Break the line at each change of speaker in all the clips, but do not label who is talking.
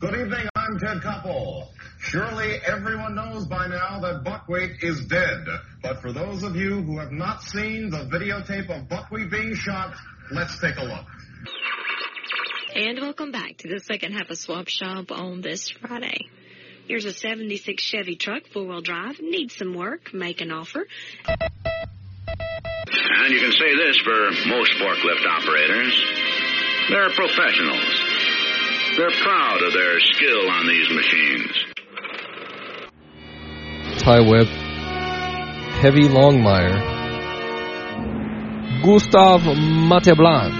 Good evening, I'm Ted Koppel. Surely everyone knows by now that buckwheat is dead. But for those of you who have not seen the videotape of buckwheat being shot, let's take a look.
And welcome back to the second half of Swap Shop on this Friday. Here's a 76 Chevy truck, four wheel drive, needs some work, make an offer.
And you can say this for most forklift operators they're professionals. They're proud of their skill on these machines.
Ty Webb, Heavy Longmire, Gustav Mateblanc,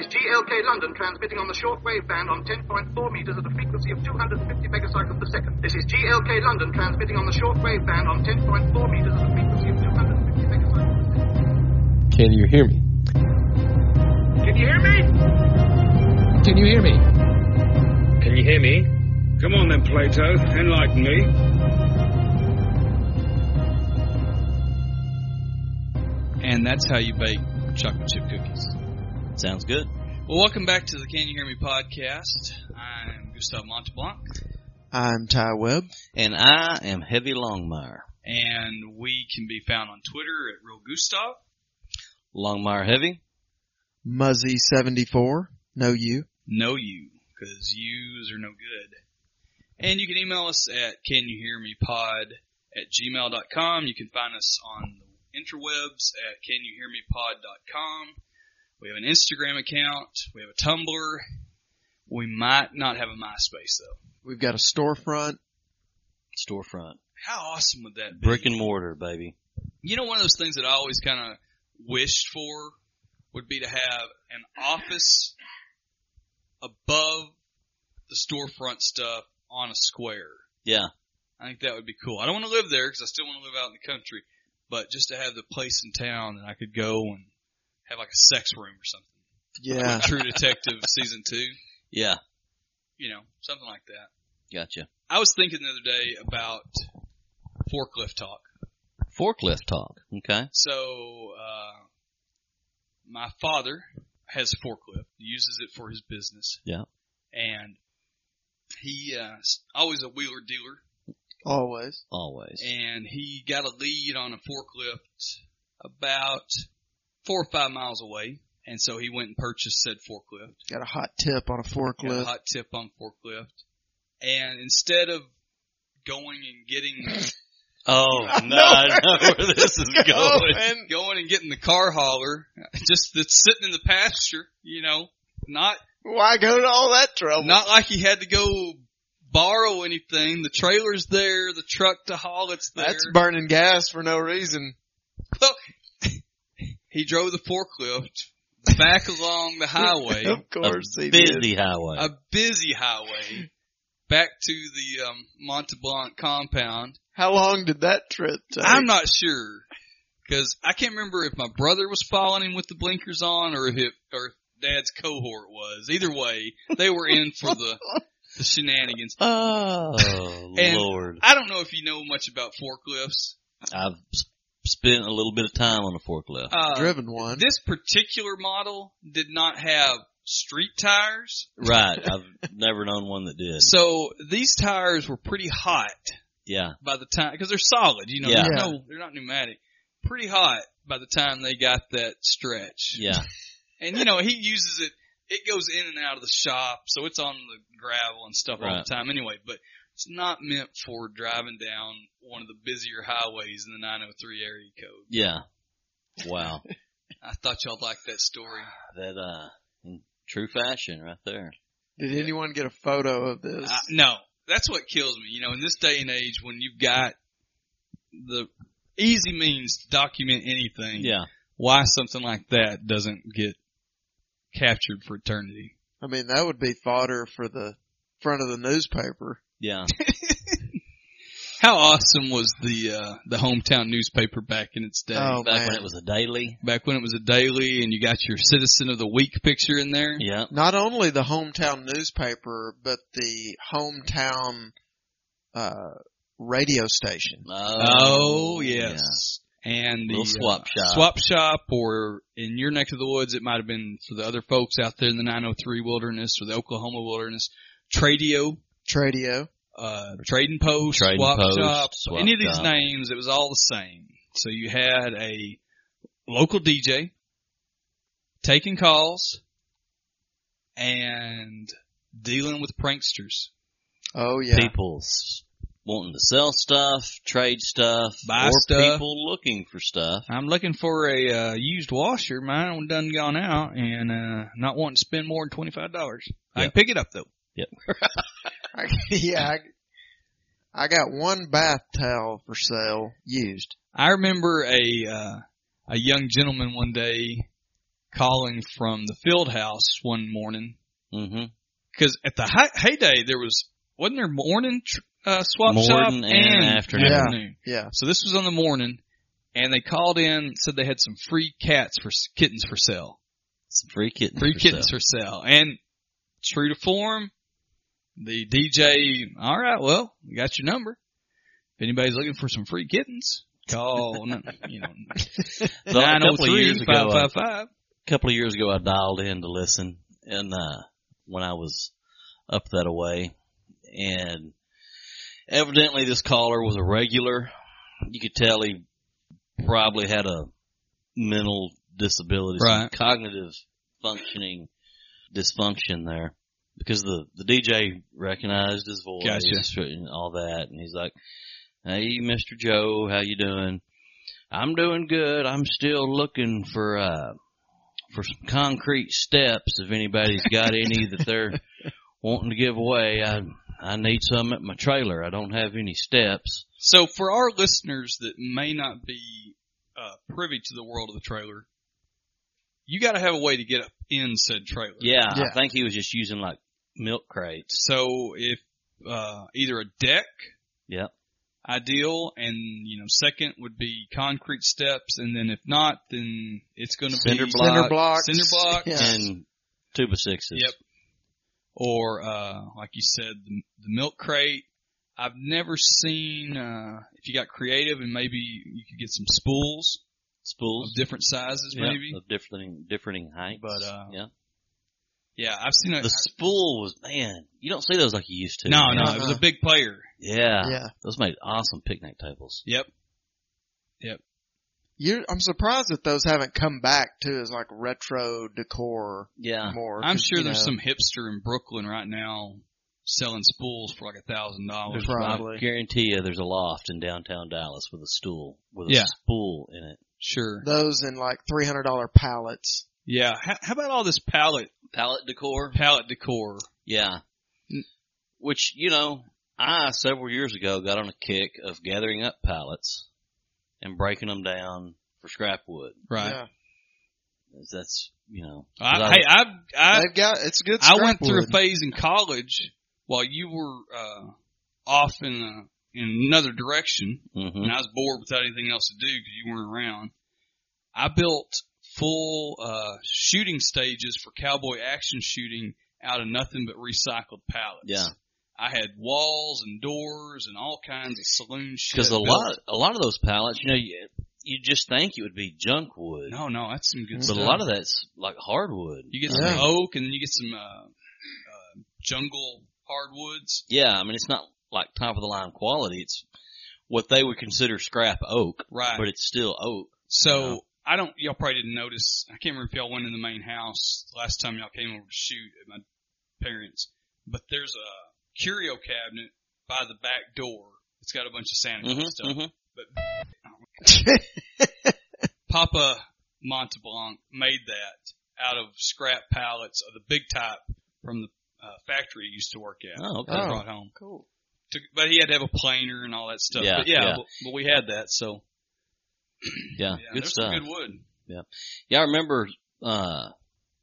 is GLK London transmitting on the shortwave band on 10.4 meters at a frequency of 250 megacycles per second. This is GLK London transmitting on the shortwave band on 10.4 meters at a frequency of 250 megacycles per second.
Can you hear me?
Can you hear me?
Can you hear me?
Can you hear me? Come on then, Plato. Enlighten me.
And that's how you bake chocolate chip cookies.
Sounds good.
Well, welcome back to the Can You Hear Me podcast. I'm Gustav Monteblanc,
I'm Ty Webb.
And I am Heavy Longmire.
and we can be found on Twitter at Real Gustav.
Longmire Heavy?
Muzzy74. No you.
Know you, because yous are no good. And you can email us at Can You Hear Me Pod at gmail.com. You can find us on the interwebs at Can You Hear Me Pod.com. We have an Instagram account. We have a Tumblr. We might not have a MySpace, though.
We've got a storefront.
Storefront.
How awesome would that be?
Brick and mortar, baby.
you know, one of those things that I always kind of wished for would be to have an office above the storefront stuff on a square.
Yeah.
I think that would be cool. I don't want to live there because I still want to live out in the country, but just to have the place in town that I could go and have like a sex room or something.
Yeah.
True Detective season two,
Yeah.
you know, something like that.
Gotcha.
I was thinking the other day about forklift talk.
Forklift talk. Okay.
So, uh, my father has a forklift, uses it for his business.
Yeah.
And he, uh, s- always a wheeler dealer
Always.
Always.
and he got a lead on a forklift about four or five miles away. And so he went and purchased said forklift.
Got a hot tip on a
Got a
forklift.
hot tip on forklift. And instead of going and getting
Oh, no, I know where this is going.
going and getting the car hauler, just that's sitting in the pasture, you know, not
Why go to all that trouble?
Not like he had to go borrow anything. The trailer's there, the truck to haul it's there.
That's burning gas for no reason.
he drove the forklift back along the highway,
of course
a
he did.
busy highway.
a busy highway, back to the um, Monteblanc compound.
How long did that trip take?
I'm not sure because I can't remember if my brother was following him with the blinkers on or if it, or if Dad's cohort was. Either way, they were in for the, the shenanigans.
oh,
And-
Lord.
I don't know if you know much about forklifts.
I've s- spent a little bit of time on a forklift.
Uh,
driven one.
This particular model did not have street tires,
right. I've never known one that did.
so these tires were pretty hot
Yeah.
by the time because they're solid. You know,
Yeah.
they're, no, they're not pneumatic. Pretty hot by the time they got that stretch.
Yeah.
And you know, he uses it. It goes in and out of the shop, so it's on the gravel and stuff all
Right.
the time anyway. But it's not meant for driving down one of the busier highways in the 903 area code.
Yeah. Wow.
I thought y'all liked that story.
That, uh, in true fashion right there.
Did anyone get a photo of this?
I, no, that's what kills me. You know, in this day and age, when you've got the easy means to document anything,
Yeah.
why something like that doesn't get captured for eternity?
I mean, that would be fodder for the front of the newspaper.
Yeah.
How awesome was the uh, the hometown newspaper back in its day?
Oh,
Back when
man.
it was a daily.
Back when it was a daily, and you got your Citizen of the Week picture in there.
Yeah.
Not only the hometown newspaper, but the hometown uh, radio station.
Oh yes, and the
Little swap
uh,
shop.
swap shop, or in your neck of the woods, it might have been for the other folks out there in the 903 wilderness or the Oklahoma wilderness, Tradio,
Tradio.
uh, Trading Post,
Trading
Swap
Post,
Shop,
Swap
any of these
Shop.
names, it was all the same. So you had a local DJ taking calls and dealing with pranksters.
Oh yeah.
People s- wanting to sell stuff, trade stuff,
Buy
or
stuff.
people looking for stuff.
I'm looking for a uh, used washer. Mine done gone out and uh, not wanting to spend more than twenty five dollars. I can
Yep.
pick it up though.
I, yeah. I, I got one bath towel for sale used.
I remember a uh, a young gentleman one day calling from the field house one morning
Mm-hmm.
because at the hi- heyday there was wasn't there morning tr- uh, swap shop
Morning and afternoon.
Yeah. Yeah.
So this was on the morning, and they called in said they had some free cats for s- kittens for sale.
Some free kittens.
Free
for
kittens
sale.
for sale. And true to form, the DJ, all right, well, we got your number. If anybody's looking for some free kittens, call, n- you know,
So, a couple of
903
years ago, uh, I
555.
couple of years ago I dialed in to listen and uh when I was up that away and evidently this caller was a regular. You could tell he probably had a mental disability, some
Right.
cognitive functioning dysfunction there. Because the, the DJ recognized his voice
Gotcha.
and all that and he's like, Hey Mr. Joe, how you doing? I'm doing good. I'm still looking for uh for some concrete steps if anybody's got any that they're wanting to give away. I I need some at my trailer. I don't have any steps.
So for our listeners that may not be uh, privy to the world of the trailer, you got to have a way to get up in said trailer.
Yeah,
Yeah.
I think he was just using like milk crates.
So if uh, either a deck,
Yep.
ideal, and you know second would be concrete steps, and then if not, then it's going to be
Cinder block.
Cinder blocks.
cinder blocks.
Yeah.
And two by sixes.
Yep. or uh, like you said, the, the milk crate. I've never seen uh, if you got creative and maybe you could get some spools of
Spools.
different sizes,
Yep,
maybe.
Of differing differing heights.
But, uh,
yeah.
Yeah, I've seen a
The spool was man, you don't see those like you used to.
no, no,
Uh-huh.
it was a big player. Uh.
Yeah.
Yeah.
Those made awesome picnic tables.
Yep.
You, I'm surprised that those haven't come back too as like retro decor
Yeah.
more.
I'm
'cause,
sure
you
there's
know,
some hipster in Brooklyn right now selling spools for like a thousand dollars.
There's Probably.
I guarantee you there's a loft in downtown Dallas with a stool with a
Yeah.
spool in it.
Sure.
those in like three hundred dollar pallets.
Yeah. How, how about all this palette
Pallet decor.
palette decor?
Yeah.
Mm.
Which, you know, I several years ago got on a kick of gathering up pallets and breaking them down for scrap wood.
Right.
Yeah.
'Cause That's, you know, 'cause
I,
I-
hey, I I
They've got it's good.
I went
scrap
through a
wood.
phase in college while you were uh off in uh in another direction,
mhm.
and I was bored without anything else to do because you weren't around. I built full uh shooting stages for cowboy action shooting out of nothing but recycled pallets.
Yeah.
I had walls and doors and all kinds of saloon shit.
Because a
built.
lot, a lot of those pallets, you know, you, you just think it would be junk wood,
No, no, that's some good
but
stuff.
a lot of that's like hardwood.
you get
Yeah.
some oak and then you get some uh, uh, jungle hardwoods.
yeah, I mean, it's not like top of the line quality. It's what they would consider scrap oak,
Right.
but it's still oak.
so
Yeah.
I don't. Y'all probably didn't notice. I can't remember if y'all went in the main house the last time y'all came over to shoot at my parents. But there's a curio cabinet by the back door. It's got a bunch of Santa Claus
hmm
stuff.
hmm mm-hmm.
Papa Monteblanc made that out of scrap pallets of the big type from the uh, factory he used to work at.
Oh, okay.
that I
Oh.
brought home.
Cool.
Took, but he had to have a planer and all that stuff.
Yeah,
but yeah,
yeah.
But, but we had that, so yeah,
Yeah, good
there's
stuff.
some good wood.
Yeah, I remember. uh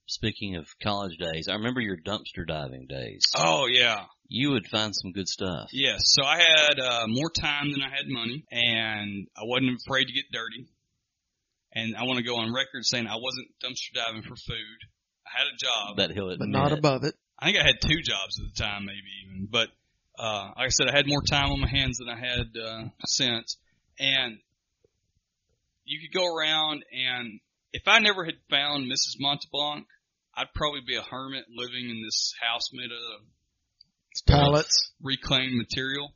Speaking of college days, I remember your dumpster diving days.
Oh yeah,
You would find some good stuff.
yes. So I had uh, more time than I had money, and I wasn't afraid to get dirty. And I want to go on record saying I wasn't dumpster diving for food. I had a job.
That he'll
But
admit.
not above it.
I think I had two jobs at the time, maybe even. But uh, like I said, I had more time on my hands than I had uh, since, and you could go around and if I never had found Mrs. Monteblanc, I'd probably be a hermit living in this house made of
Pallets.
reclaimed material.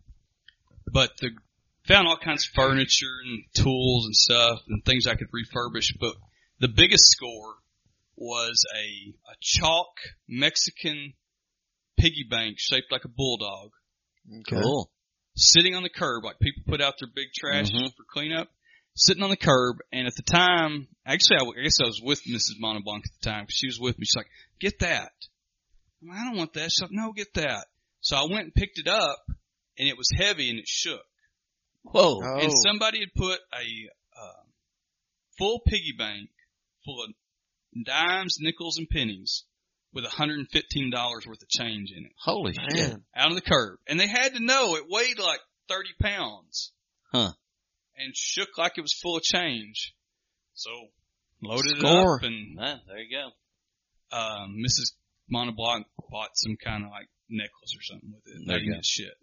But the found all kinds of furniture and tools and stuff and things I could refurbish. But the biggest score was a, a chalk Mexican piggy bank shaped like a bulldog
Okay.
Cool.
sitting on the curb, like people put out their big trash
Mhm.
for cleanup, sitting on the curb. And at the time, actually, I, I guess I was with Mrs. Monteblanc at the time. 'cause She was with me. She's like, get that. I'm like, I don't want that. She's like, no, get that. So I went and picked it up and it was heavy and it shook.
Whoa.
Oh,
And somebody had put a uh, full piggy bank full of dimes, nickels, and pennies with $115 worth of change in it
Holy shit.
man.
out of the curb. And they had to know it weighed like 30 pounds.
Huh.
And shook like it was full of change. So loaded
Score.
it up and
Ah, there you go.
um, Mrs. Monteblanc bought some kind of like necklace or something with it.
There you
Maybe
go.
it's shit.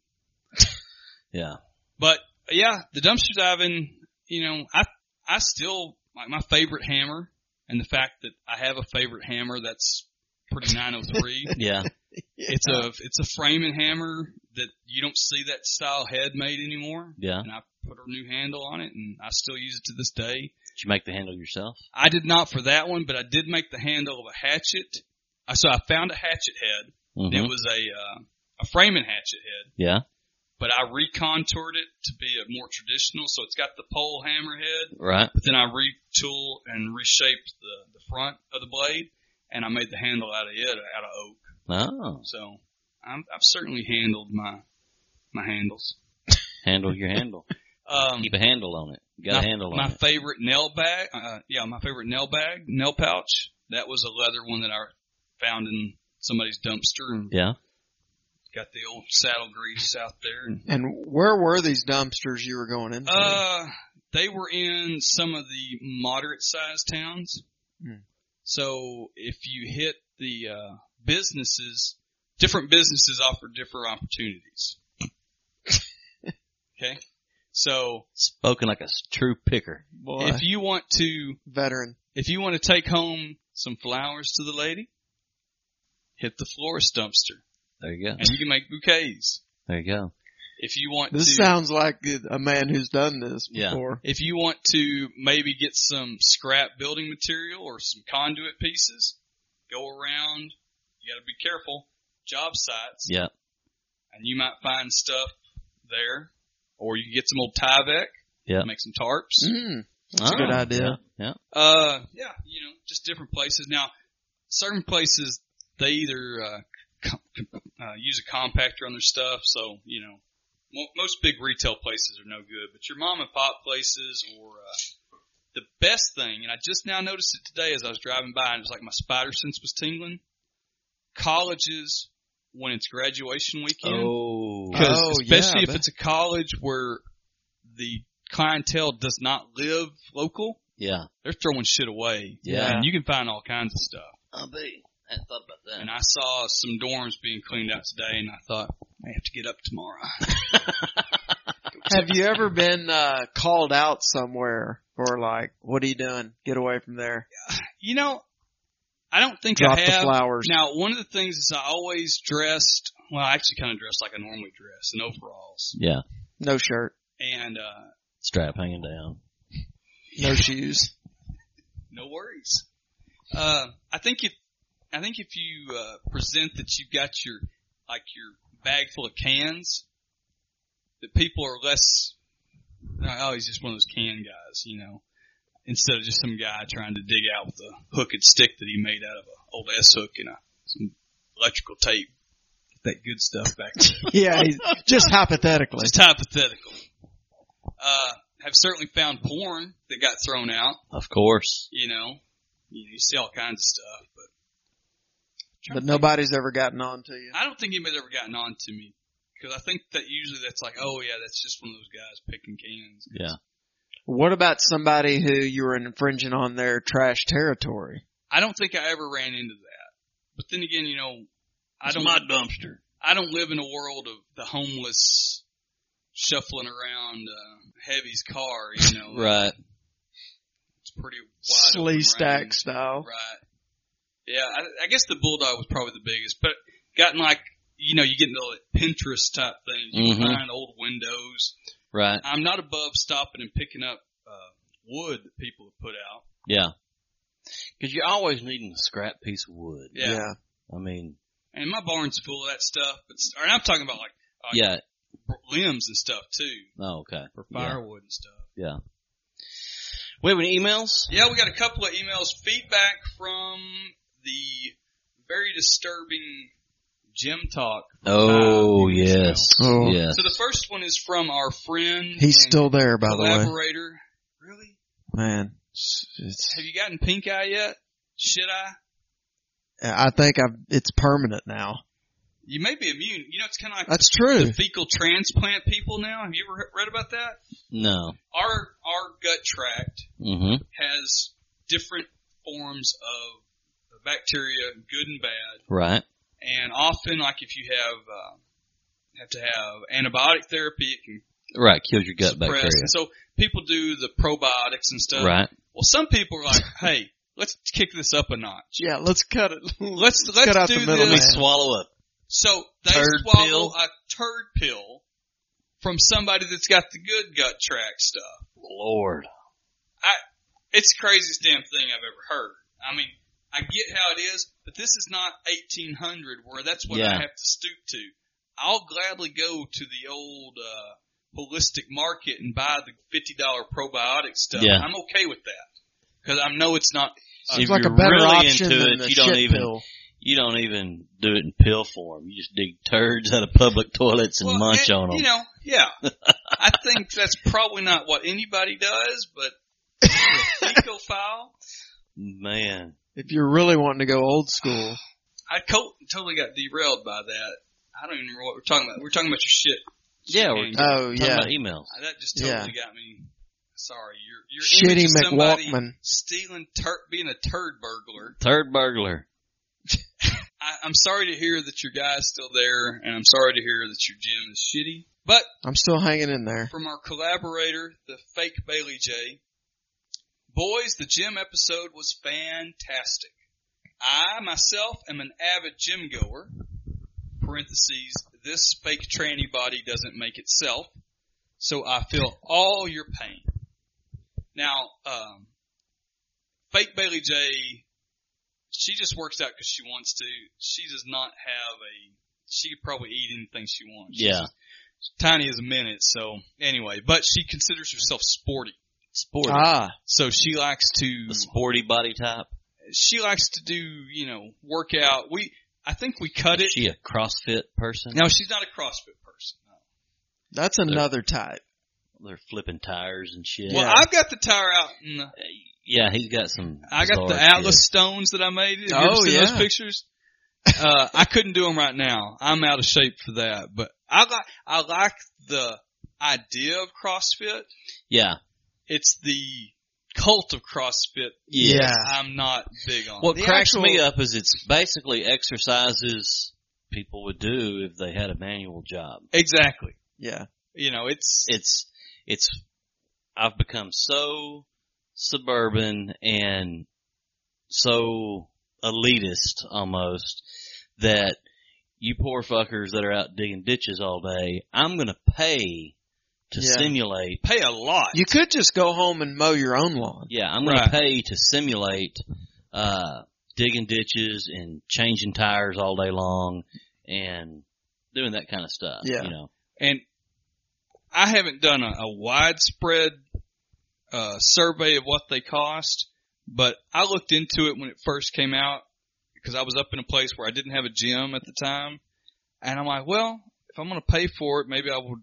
Yeah.
But yeah, the dumpster diving, you know, I I still like my favorite hammer and the fact that I have a favorite hammer that's pretty 903.
Yeah.
It's a it's a frame and hammer that you don't see that style head made anymore.
Yeah.
and I put a new handle on it, and I still use it to this day.
Did you make the handle yourself?
I did not for that one, but I did make the handle of a hatchet. I So I found a hatchet head.
Mhm.
It was a uh, a framing hatchet head,
Yeah.
but I recontoured it to be a more traditional. So it's got the pole hammer head,
Right.
but then I retool and reshaped the the front of the blade, and I made the handle out of it out of oak.
Oh.
So I'm, I've certainly handled my my handles.
Handle your handle.
Um,
Keep a handle on it. You got
my,
a handle on
my
it.
favorite nail bag, uh, yeah, my favorite nail bag, nail pouch. That was a leather one that I found in somebody's dumpster and
Yeah.
got the old saddle grease out there. And,
And where were these dumpsters you were going into?
uh, they were in some of the moderate sized towns.
Hmm.
So if you hit the uh, businesses, different businesses offer different opportunities. okay, so
Spoken like a s- true picker.
Boy,
if you want to
veteran.
If you want to take home some flowers to the lady, hit the florist dumpster
There you go.
and you can make bouquets.
There you go.
If you want
This
to,
sounds like a man who's done this
Yeah.
before.
if you want to maybe get some scrap building material or some conduit pieces, go around. You got to be careful. Job sites,
Yeah.
and you might find stuff there, or you can get some old Tyvek,
Yeah.
make some tarps.
Mm, that's a good
Ah,
idea.
Yeah. yeah.
Uh, yeah, you know, just different places. Now, certain places they either uh, com- com- uh, use a compactor on their stuff, so you know, mo- most big retail places are no good. But your mom and pop places, or uh, the best thing, and I just now noticed it today as I was driving by, and it's like my spider sense was tingling. Colleges, when it's graduation weekend,
Oh.
because
Oh,
especially
yeah,
if
that-
it's a college where the clientele does not live local,
Yeah.
they're throwing shit away.
Yeah.
And you can find all kinds of stuff.
I'll be. I hadn't thought about that.
And I saw some dorms being cleaned out today and I thought, I have to get up tomorrow.
Have you ever been uh called out somewhere for like, what are you doing? Get away from there.
You know, I don't think
Drop
I
the
have.
flowers.
Now, one of the things is I always dressed, well, I actually kind of dressed like I normally dress in overalls.
Yeah.
No shirt,
And, uh,
Strap hanging down.
no shoes.
no worries. Uh, I think if, I think if you, uh, present that you've got your, like your bag full of cans, that people are less, oh, he's just one of those can guys, you know, instead of just some guy trying to dig out with a hook and stick that he made out of an old S hook and a, some electrical tape. That good stuff back there.
yeah, he's, just hypothetically.
Just hypothetical. Uh, have certainly found porn that got thrown out
Of course.
you know, you, know, you see all kinds of stuff, but
But nobody's ever gotten on to you.
I don't think anybody's ever gotten on to me because I think that usually that's like, oh yeah, that's just one of those guys picking cans.
Yeah.
What about somebody who you were infringing on their trash territory?
I don't think I ever ran into that. But then again, you know, I
It's
don't.
my dumpster.
I don't live in a world of the homeless shuffling around uh, Heavy's car. You know,
Right.
pretty wide.
Slee
open
stack
range.
style.
Right. Yeah, I, I guess the bulldog was probably the biggest, but gotten like you know you get into like Pinterest type things. You
Mhm.
can find old windows.
Right.
I'm not above stopping and picking up uh, wood that people have put out.
Yeah. Because you're always needing a scrap piece of wood.
Yeah.
yeah.
I mean,
And my barn's full of that stuff. But s- and I'm talking about like uh,
yeah.
limbs and stuff too
Oh, okay.
for
Yeah.
firewood and stuff.
Yeah. We have any emails?
Yeah, we got a couple of emails. Feedback from the very disturbing gym talk.
Oh,
Uh,
yes.
Oh.
Yes.
So the first one is from our friend.
He's
and
still there, by the way.
collaborator. Really?
Man, it's, it's-
Have you gotten pink eye yet? Should I?
I think I've, it's permanent now.
You may be immune. You know, it's kind of like
That's true.
the fecal transplant people now. Have you ever he- read about that?
No.
Our our gut tract
Mm-hmm.
has different forms of bacteria, good and bad.
Right.
And often, like if you have uh, have to have antibiotic therapy, it can
Right. Kills your gut
suppress.
bacteria.
And so people do the probiotics and stuff.
Right.
Well, some people are like, "Hey, let's kick this up a notch.
Yeah, let's cut it.
Let's let's
cut out
do
the middle
this."
man.
Swallow up.
So they
Turd
swallow
pill.
a turd pill from somebody that's got the good gut tract stuff.
Lord.
It's the craziest damn thing I've ever heard. I mean, I get how it is, but this is not 1800 where that's what I
Yeah.
have to stoop to. I'll gladly go to the old uh, holistic market and buy the fifty dollar probiotic stuff.
Yeah.
I'm okay with that because I know it's not.
If
It's like a
you're
better
really
option
into
than
it,
the
you don't
shit
even-
pill.
You don't even do it in pill form. You just dig turds out of public toilets and
Well,
munch
eh,
on them.
You know, yeah. I think that's probably not what anybody does, but ecophile.
Man.
If you're really wanting to go old school,
I co- totally got derailed by that. I don't even remember what we're talking about. We're talking about your shit.
Yeah. We're
Yeah.
oh
talking
yeah,
about emails.
That just totally got me. Sorry, you're you're
shitty
somebody
McWalkman.
stealing tur- being a turd burglar.
Third burglar.
I, I'm sorry to hear that your guy's still there, and I'm sorry to hear that your gym is shitty. But
I'm still hanging in there.
from our collaborator, the fake Bailey J. Boys, the gym episode was fantastic. I myself am an avid gym goer. Parentheses, this fake tranny body doesn't make itself, so I feel all your pain. Now, um, fake Bailey J. She just works out because she wants to. She does not have a. She could probably eat anything she wants. She's
Yeah.
tiny as a minute. So anyway, but she considers herself sporty. Sporty.
Ah,
so she likes to
The sporty body type.
she likes to do you know workout. We I think we cut it.
She a CrossFit person?
no, she's not a CrossFit person.
that's another type.
They're flipping tires and shit.
Well, I've got the tire out. And the,
yeah, he's got some.
I got
bizarre
the
shit.
Atlas stones that I made. Have you ever
Oh,
seen those
yeah.
pictures? Uh, I couldn't do them right now. I'm out of shape for that. But I like I like the idea of CrossFit.
Yeah.
It's the cult of CrossFit.
Yeah.
I'm not big on.
What
The
cracks
actual-
me up is it's basically exercises people would do if they had a manual job.
Exactly.
Yeah,
You know, it's
It's it's I've become so suburban and so elitist almost that you poor fuckers that are out digging ditches all day, I'm gonna pay to
Yeah.
simulate
pay a lot.
you could just go home and mow your own lawn.
Yeah, I'm gonna
Right.
pay to simulate uh digging ditches and changing tires all day long and doing that kind of stuff.
Yeah.
You know.
and I haven't done a, a widespread uh, survey of what they cost, but I looked into it when it first came out because I was up in a place where I didn't have a gym at the time, and I'm like, well, if I'm going to pay for it, maybe I will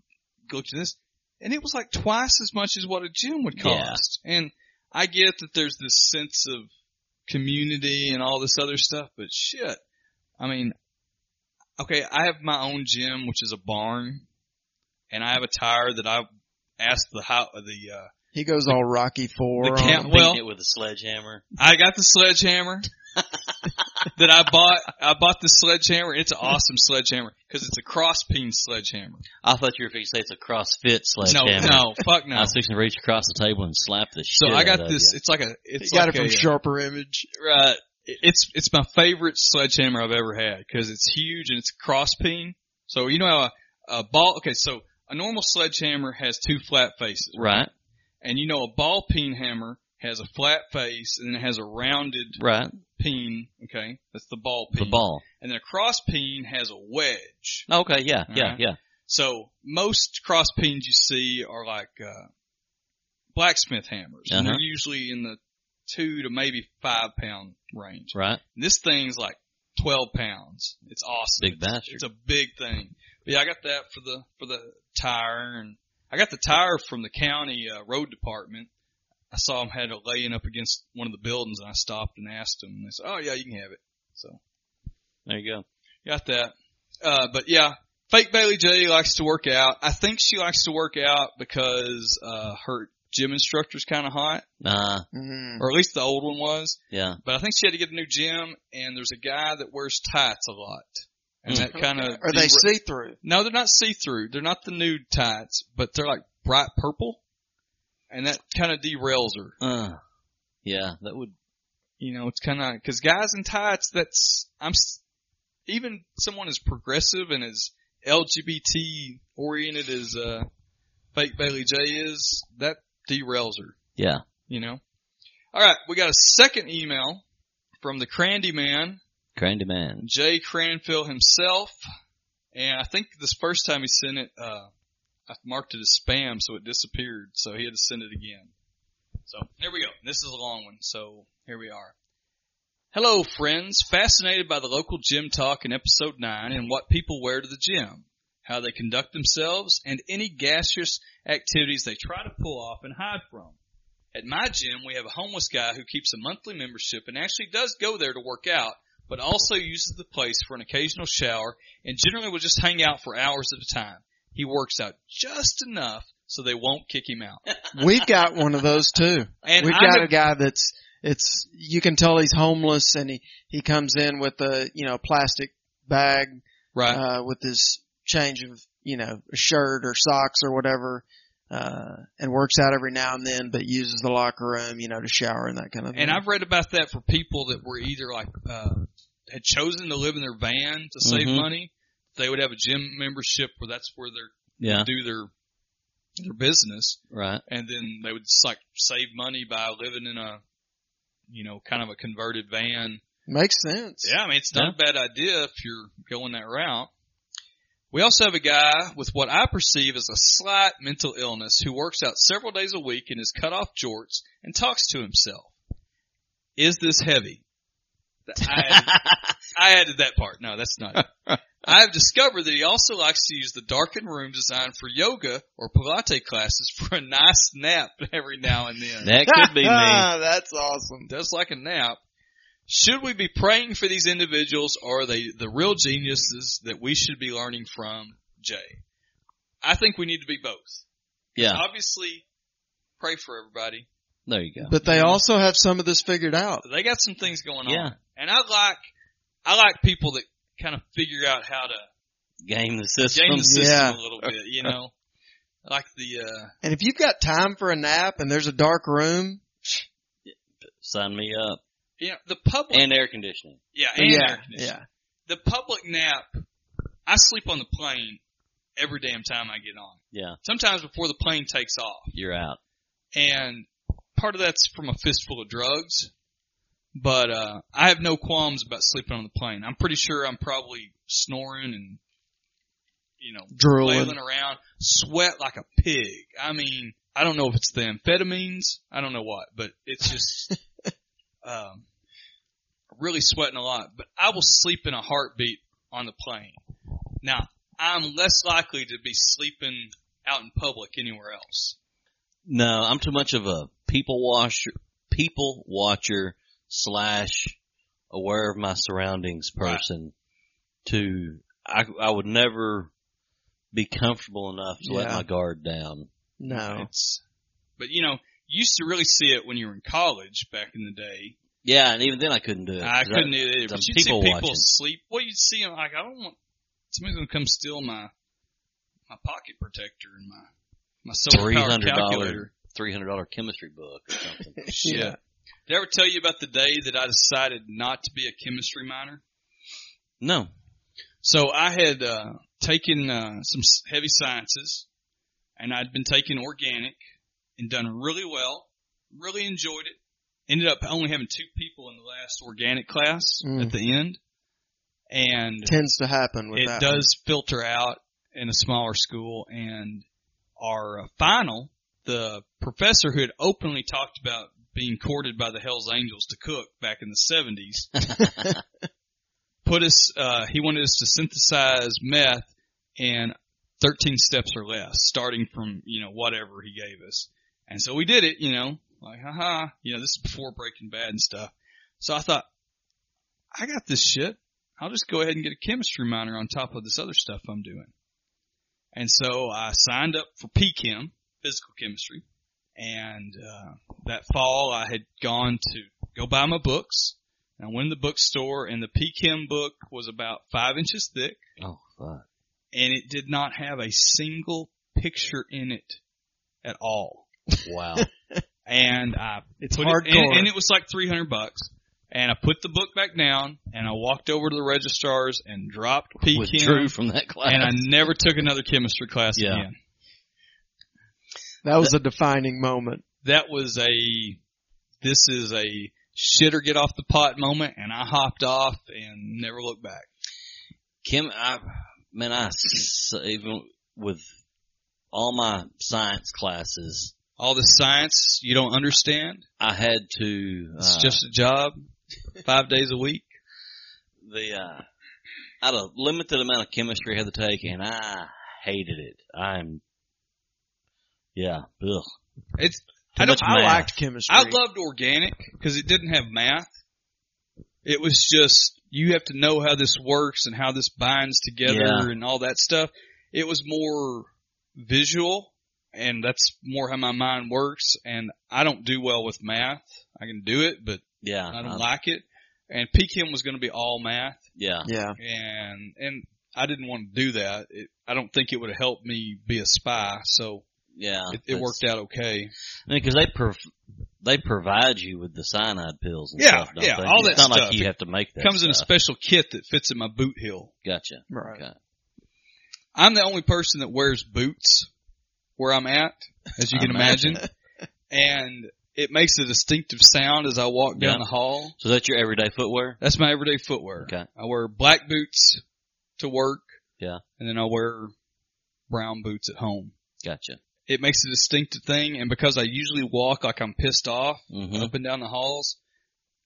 go to this. And it was like twice as much as what a gym would
Yeah.
cost. And I get that there's this sense of community and all this other stuff, but shit, I mean, okay, I have my own gym, which is a barn, and I have a tire that I asked the how the uh,
He goes all Rocky Four.
The
on
camp-
him.
Beating
well-
it with a sledgehammer.
I got the sledgehammer. that I bought. I bought the sledgehammer. It's an awesome sledgehammer because it's a cross peen sledgehammer.
I thought you were fixing to say it's a CrossFit
No,
sledgehammer.
no, fuck no.
I was fixing to reach across the table and slap the shit.
So I
out
got
of
this.
you.
It's like a. It's
got
like
it from
a, uh,
Sharper Image.
Right. It's it's my favorite sledgehammer I've ever had because it's huge and it's a cross peen. So you know how a, a ball. Okay, so a normal sledgehammer has two flat faces,
Right,
and you know a ball peen hammer has a flat face and then it has a rounded
right.
peen. Okay, that's the ball
The
peen.
ball. Oh,
And then a cross peen has a wedge.
Okay, yeah, yeah,
Alright.
yeah.
So most cross pins you see are like uh, blacksmith hammers, and they're
Uh-huh.
usually in the two to maybe five pound range.
Right.
This thing's like twelve pounds. It's awesome.
Big
it's,
bastard.
It's a big thing. But yeah, I got that for the for the tire, and I got the tire from the county uh, road department. I saw them had it laying up against one of the buildings, and I stopped and asked them, and they said, "Oh yeah, you can have it." So
There you go.
Got that. Uh, but yeah, fake Bailey J likes to work out. I think she likes to work out because, uh, her gym instructor's kind of hot,
Uh,
Mm.
or at least the old one was.
yeah.
But I think she had to get a new gym and there's a guy that wears tights a lot. And
Hmm.
that kind of,
Are they see through?
no, they're not see through. They're not the nude tights, but they're like bright purple. And that kind of derails her.
Uh, yeah, that would.
You know, it's kind of because guys in tights. That's I'm s- even someone as progressive and as LGBT oriented as uh, fake Bailey J is. That derails her.
Yeah.
You know. All right, we got a second email from the Crandy Man,
Crandy man.
Jay Cranfield himself, and I think this first time he sent it, uh, I marked it as spam, so it disappeared. So he had to send it again. So there we go. This is a long one. So here we are. Hello, friends. Fascinated by the local gym talk in episode nine and what people wear to the gym, how they conduct themselves, and any gaseous activities they try to pull off and hide from. At my gym, we have a homeless guy who keeps a monthly membership and actually does go there to work out, but also uses the place for an occasional shower and generally will just hang out for hours at a time. He works out just enough so they won't kick him out.
We've got one of those too.
And
We've
I'm
got
a-
a guy that's it's you can tell he's homeless and he he comes in with a you know plastic bag
Right.
uh, with his change of you know a shirt or socks or whatever, uh, and works out every now and then, but uses the locker room you know to shower and that kind of thing.
And I've read about that for people that were either like uh, had chosen to live in their van to save
Mhm.
money. They would have a gym membership where that's where they
Yeah.
do their their business,
Right.
and then they would just like save money by living in a you know kind of a converted van.
makes sense.
Yeah, I mean it's not a bad idea if you're going that route. We also have a guy with what I perceive as a slight mental illness who works out several days a week in his cutoff jorts and talks to himself. Is this heavy? I added, I added that part. No, that's not it. I have discovered that he also likes to use the darkened room designed for yoga or Pilates classes for a nice nap every now and then
That could be me.
Ah, that's awesome.
does like a nap. Should we be praying for these individuals or are they the real geniuses that we should be learning from, Jay? I think we need to be both.
Yeah.
Obviously, pray for everybody.
There you go.
But they also have some of this figured out.
They got some things going
Yeah.
on. And I like, I like people that kind of figure out how to
Game the system.
game the system
Yeah.
a little bit, you know? I like the, uh,
And if you've got time for a nap and there's a dark room,
Sign me up.
you know, the public,
And air conditioning.
yeah, and
yeah,
air conditioning.
yeah.
the public nap, I sleep on the plane every damn time I get on.
Yeah.
Sometimes before the plane takes off.
You're out.
And part of that's from a fistful of drugs. But uh I have no qualms about sleeping on the plane. I'm pretty sure I'm probably snoring and you know flailing
drooling.
around, sweat like a pig. I mean, I don't know if it's the amphetamines, I don't know what, but it's just um, really sweating a lot. But I will sleep in a heartbeat on the plane. Now, I'm less likely to be sleeping out in public anywhere else.
No, I'm too much of a people watcher, people watcher slash aware of my surroundings
Right.
person to, I, I would never be comfortable enough to let
Yeah.
my guard down.
No.
It's, but you know, you used to really see it when you were in college back in the day.
Yeah, and even then I couldn't do it.
I
'Cause
couldn't do it either.
some
But you'd
people
see people
watching.
sleep. Well, you'd see them like I don't want somebody's gonna come steal my my pocket protector and my my solar
three
powered
hundred
calculator.
dollar three hundred dollar chemistry book or something.
Shit. Did I ever tell you about the day that I decided not to be a chemistry minor?
no,
So I had uh, taken uh, some s- heavy sciences, and I'd been taking organic and done really well. Really enjoyed it. Ended up only having two people in the last organic class
Mm.
at the end, and
Tends to happen with
it
that.
does filter out in a smaller school and our uh, final the professor who had openly talked about being courted by the hells angels to cook back in the 70s put us uh, he wanted us to synthesize meth in 13 steps or less starting from you know whatever he gave us and so we did it you know like haha you know this is before breaking bad and stuff so i thought i got this shit I'll just go ahead and get a chemistry minor on top of this other stuff I'm doing. And so I signed up for PChem, physical chemistry, and uh, that fall I had gone to go buy my books. And I went in the bookstore, and the PChem book was about five inches thick,
oh fuck,
and it did not have a single picture in it at all
wow,
and I it's put It, and,
hardcore.
and it was like three hundred bucks. And I put the book back down, and I walked over to the registrars and dropped
withdrew
PChem,
from that class.
and I never took another chemistry class
Yeah.
again.
That was a defining moment.
That was a this is a shit or get off the pot moment, and I hopped off and never looked back.
Chem, I, man, I s- even with all my science classes,
All the science you don't understand.
I had to.
It's
uh,
just a job, five days a week.
the uh, I had a limited amount of chemistry I had to take, and I hated it. I'm, yeah, ugh.
It's
Too
I don't
much
I
math.
like
Act chemistry.
I loved organic because it didn't have math. It was just you have to know how this works and how this binds together
Yeah.
and all that stuff. It was more visual, and that's more how my mind works. And I don't do well with math. I can do it, but
yeah,
I
I-
don't like it. And PChem was going to be all math,
yeah.
yeah.
and and I didn't want to do that. It, I don't think it would have helped me be a spy, so
Yeah,
it, it worked out okay.
because they prov- they provide you with the cyanide pills and
Yeah,
stuff. Don't
yeah,
they?
all
it's
that
not
stuff.
like you have to make that.
Comes in a
stuff.
special kit that fits in my boot heel.
Gotcha.
Right.
Okay.
I'm the only person that wears boots where I'm at, as you
I
can imagine. and it makes a distinctive sound as I walk down
Yeah.
the hall.
So that's your everyday footwear.
That's my everyday footwear.
Okay.
I wear black boots to work.
Yeah.
And then I wear brown boots at home.
Gotcha.
It makes a distinctive thing. And because I usually walk like I'm pissed off
hmm
up and down the halls,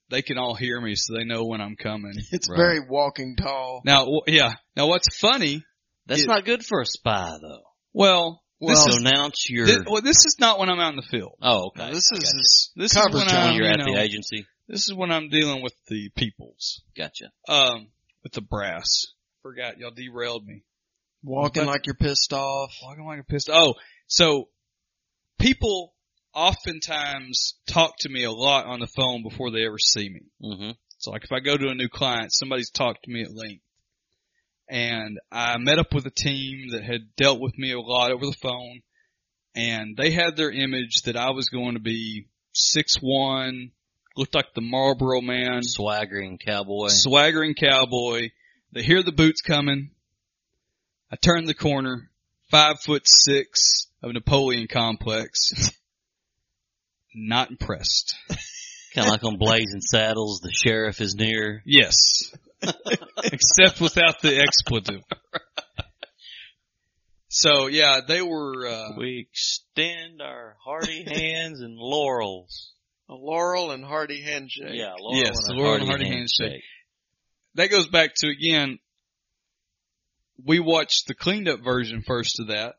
they can all hear me. So they know when I'm coming.
It's
Right.
very walking tall.
now, w- yeah. Now what's funny?
That's
Yeah.
not good for a spy though.
Well,
Well,
this
so
is,
now it's your.
thi- well, this is not when I'm out in the field.
oh, okay.
this
I
is
gotcha.
this
This
Cover
is when
time.
I'm,
when you're
you
at
know,
the agency.
This is when I'm dealing with the peoples,
Gotcha.
um, with the brass. Forgot y'all derailed me.
walking
But-
like you're pissed off.
Walking like a pissed. Oh, so people oftentimes talk to me a lot on the phone before they ever see me.
hmm
So like if I go to a new client, somebody's talked to me at length. And I met up with a team that had dealt with me a lot over the phone and they had their image that I was going to be six one, looked like the Marlboro man,
Swaggering cowboy.
swaggering cowboy. They hear the boots coming. I turn the corner, five foot six of Napoleon complex. Not impressed.
kind of like on Blazing Saddles. The sheriff is near.
Yes. Except without the expletive. So yeah, they were, uh,
We extend our hearty hands and laurels.
A laurel and hearty handshake.
Yeah, laurel
Yes,
and a
laurel and
hearty,
hearty
handshake.
handshake. that goes back to again, we watched the cleaned up version first of that.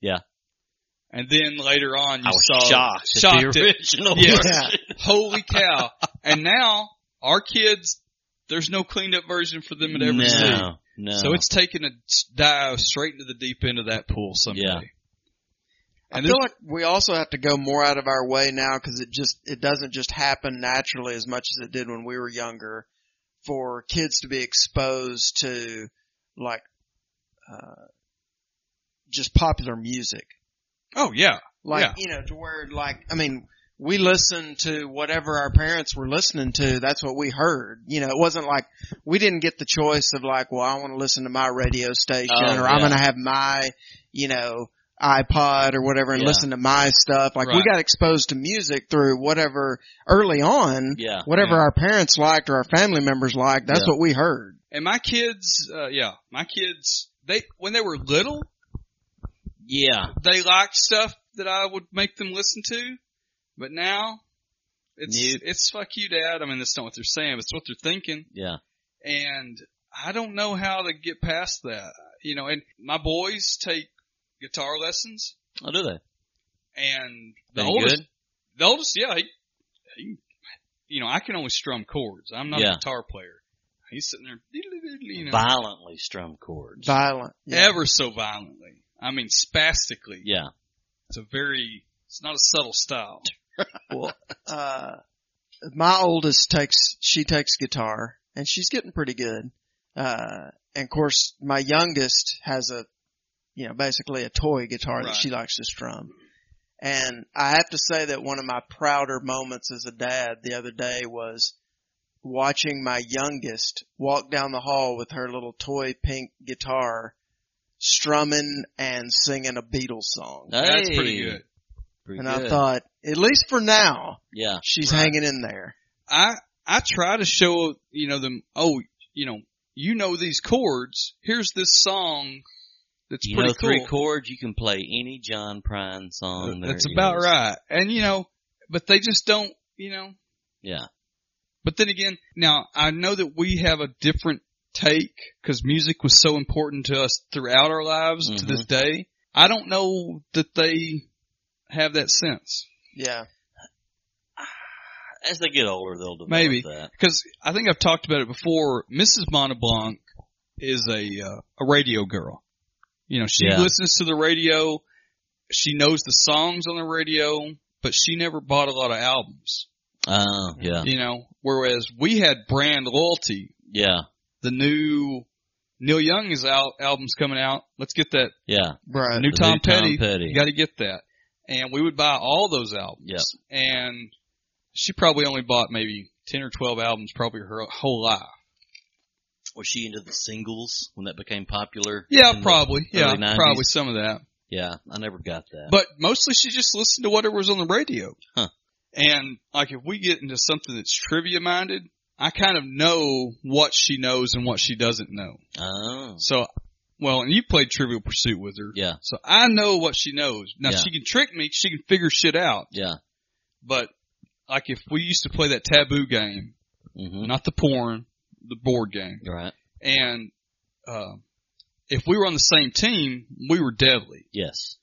Yeah.
And then later on you
I was
saw
shocked,
shocked
at
at-
the original.
Yes.
version.
Holy cow. and now our kids, there's no cleaned up version for them to ever see.
no, no.
So it's taking a dive straight into the deep end of that pool someday.
Yeah.
I
And
feel
this-
like we also have to go more out of our way now because it just it doesn't just happen naturally as much as it did when we were younger for kids to be exposed to like uh, just popular music.
Oh yeah,
Like
Yeah.
you know, to where like I mean, we listened to whatever our parents were listening to. That's what we heard. You know, it wasn't like we didn't get the choice of like, well, I want to listen to my radio station,
Oh,
or I'm
yeah.
going to have my, you know, iPod or whatever, and
Yeah.
listen to my stuff. Like we
Right.
got exposed to music through whatever early on,
Yeah.
whatever
Yeah.
our parents liked or our family members liked. That's
Yeah.
what we heard.
and my kids, uh, yeah, my kids, they when they were little,
Yeah.
they liked stuff that I would make them listen to, but now it's
Nope.
it's fuck you, dad. I mean, that's not what they're saying, but it's what they're thinking,
Yeah.
and I don't know how to get past that. You know, and my boys take guitar lessons,
I'll Oh, do that.
and the
Any
oldest,
good?
the oldest, yeah, he, he, you know, I can only strum chords. I'm not
Yeah.
a guitar player. He's sitting there, you know,
Violently strum chords.
Violent. Yeah.
ever so violently. I mean, spastically.
Yeah.
It's a very, it's not a subtle style.
uh, my oldest takes, she takes guitar and she's getting pretty good. Uh, and of course my youngest has a, you know, basically a toy guitar that
Right.
she likes to strum. And I have to say that one of my prouder moments as a dad the other day was watching my youngest walk down the hall with her little toy pink guitar strumming and singing a Beatles song.
That's
Hey.
pretty good.
Pretty
And
good.
I thought, at least for now,
yeah.
she's
Right.
hanging in there.
I, I try to show, you know, them, oh, you know, you know these chords. Here's this song that's
you
pretty
know three
cool.
chords. You can play any John Prine song. there
that's
is.
about right. And you know, but they just don't, you know,
Yeah.
But then again, now I know that we have a different take because music was so important to us throughout our lives to
Mhm.
this day. I don't know that they have that sense
Yeah.
As they get older, they'll develop
Maybe.
that.
because I think I've talked about it before. Mrs. Monteblanc is a uh, a radio girl. You know, she
Yeah.
listens to the radio. She knows the songs on the radio, but she never bought a lot of albums.
Oh, yeah.
You know, whereas we had brand loyalty
Yeah.
the new Neil Young's al- album's coming out. Let's get that
Yeah.
Right.
new
The
Tom
new Tom
Petty.
Petty.
You got to get that. And we would buy all those albums.
Yep.
And she probably only bought maybe ten or twelve albums, probably her whole life.
Was she into the singles when that became popular?
Yeah,
in the
probably. Yeah,
early 90s?
probably some of that.
Yeah. I never got that.
But mostly she just listened to whatever was on the radio.
Huh.
And like if we get into something that's trivia minded, I kind of know what she knows and what she doesn't know.
oh.
So, well, and you played Trivial Pursuit with her.
Yeah.
So I know what she knows. Now
Yeah.
she can trick me. She can figure shit out.
Yeah.
But like if we used to play that taboo game,
Mm-hmm.
not the porn, the board game,
Right.
and uh, if we were on the same team, we were deadly.
Yes.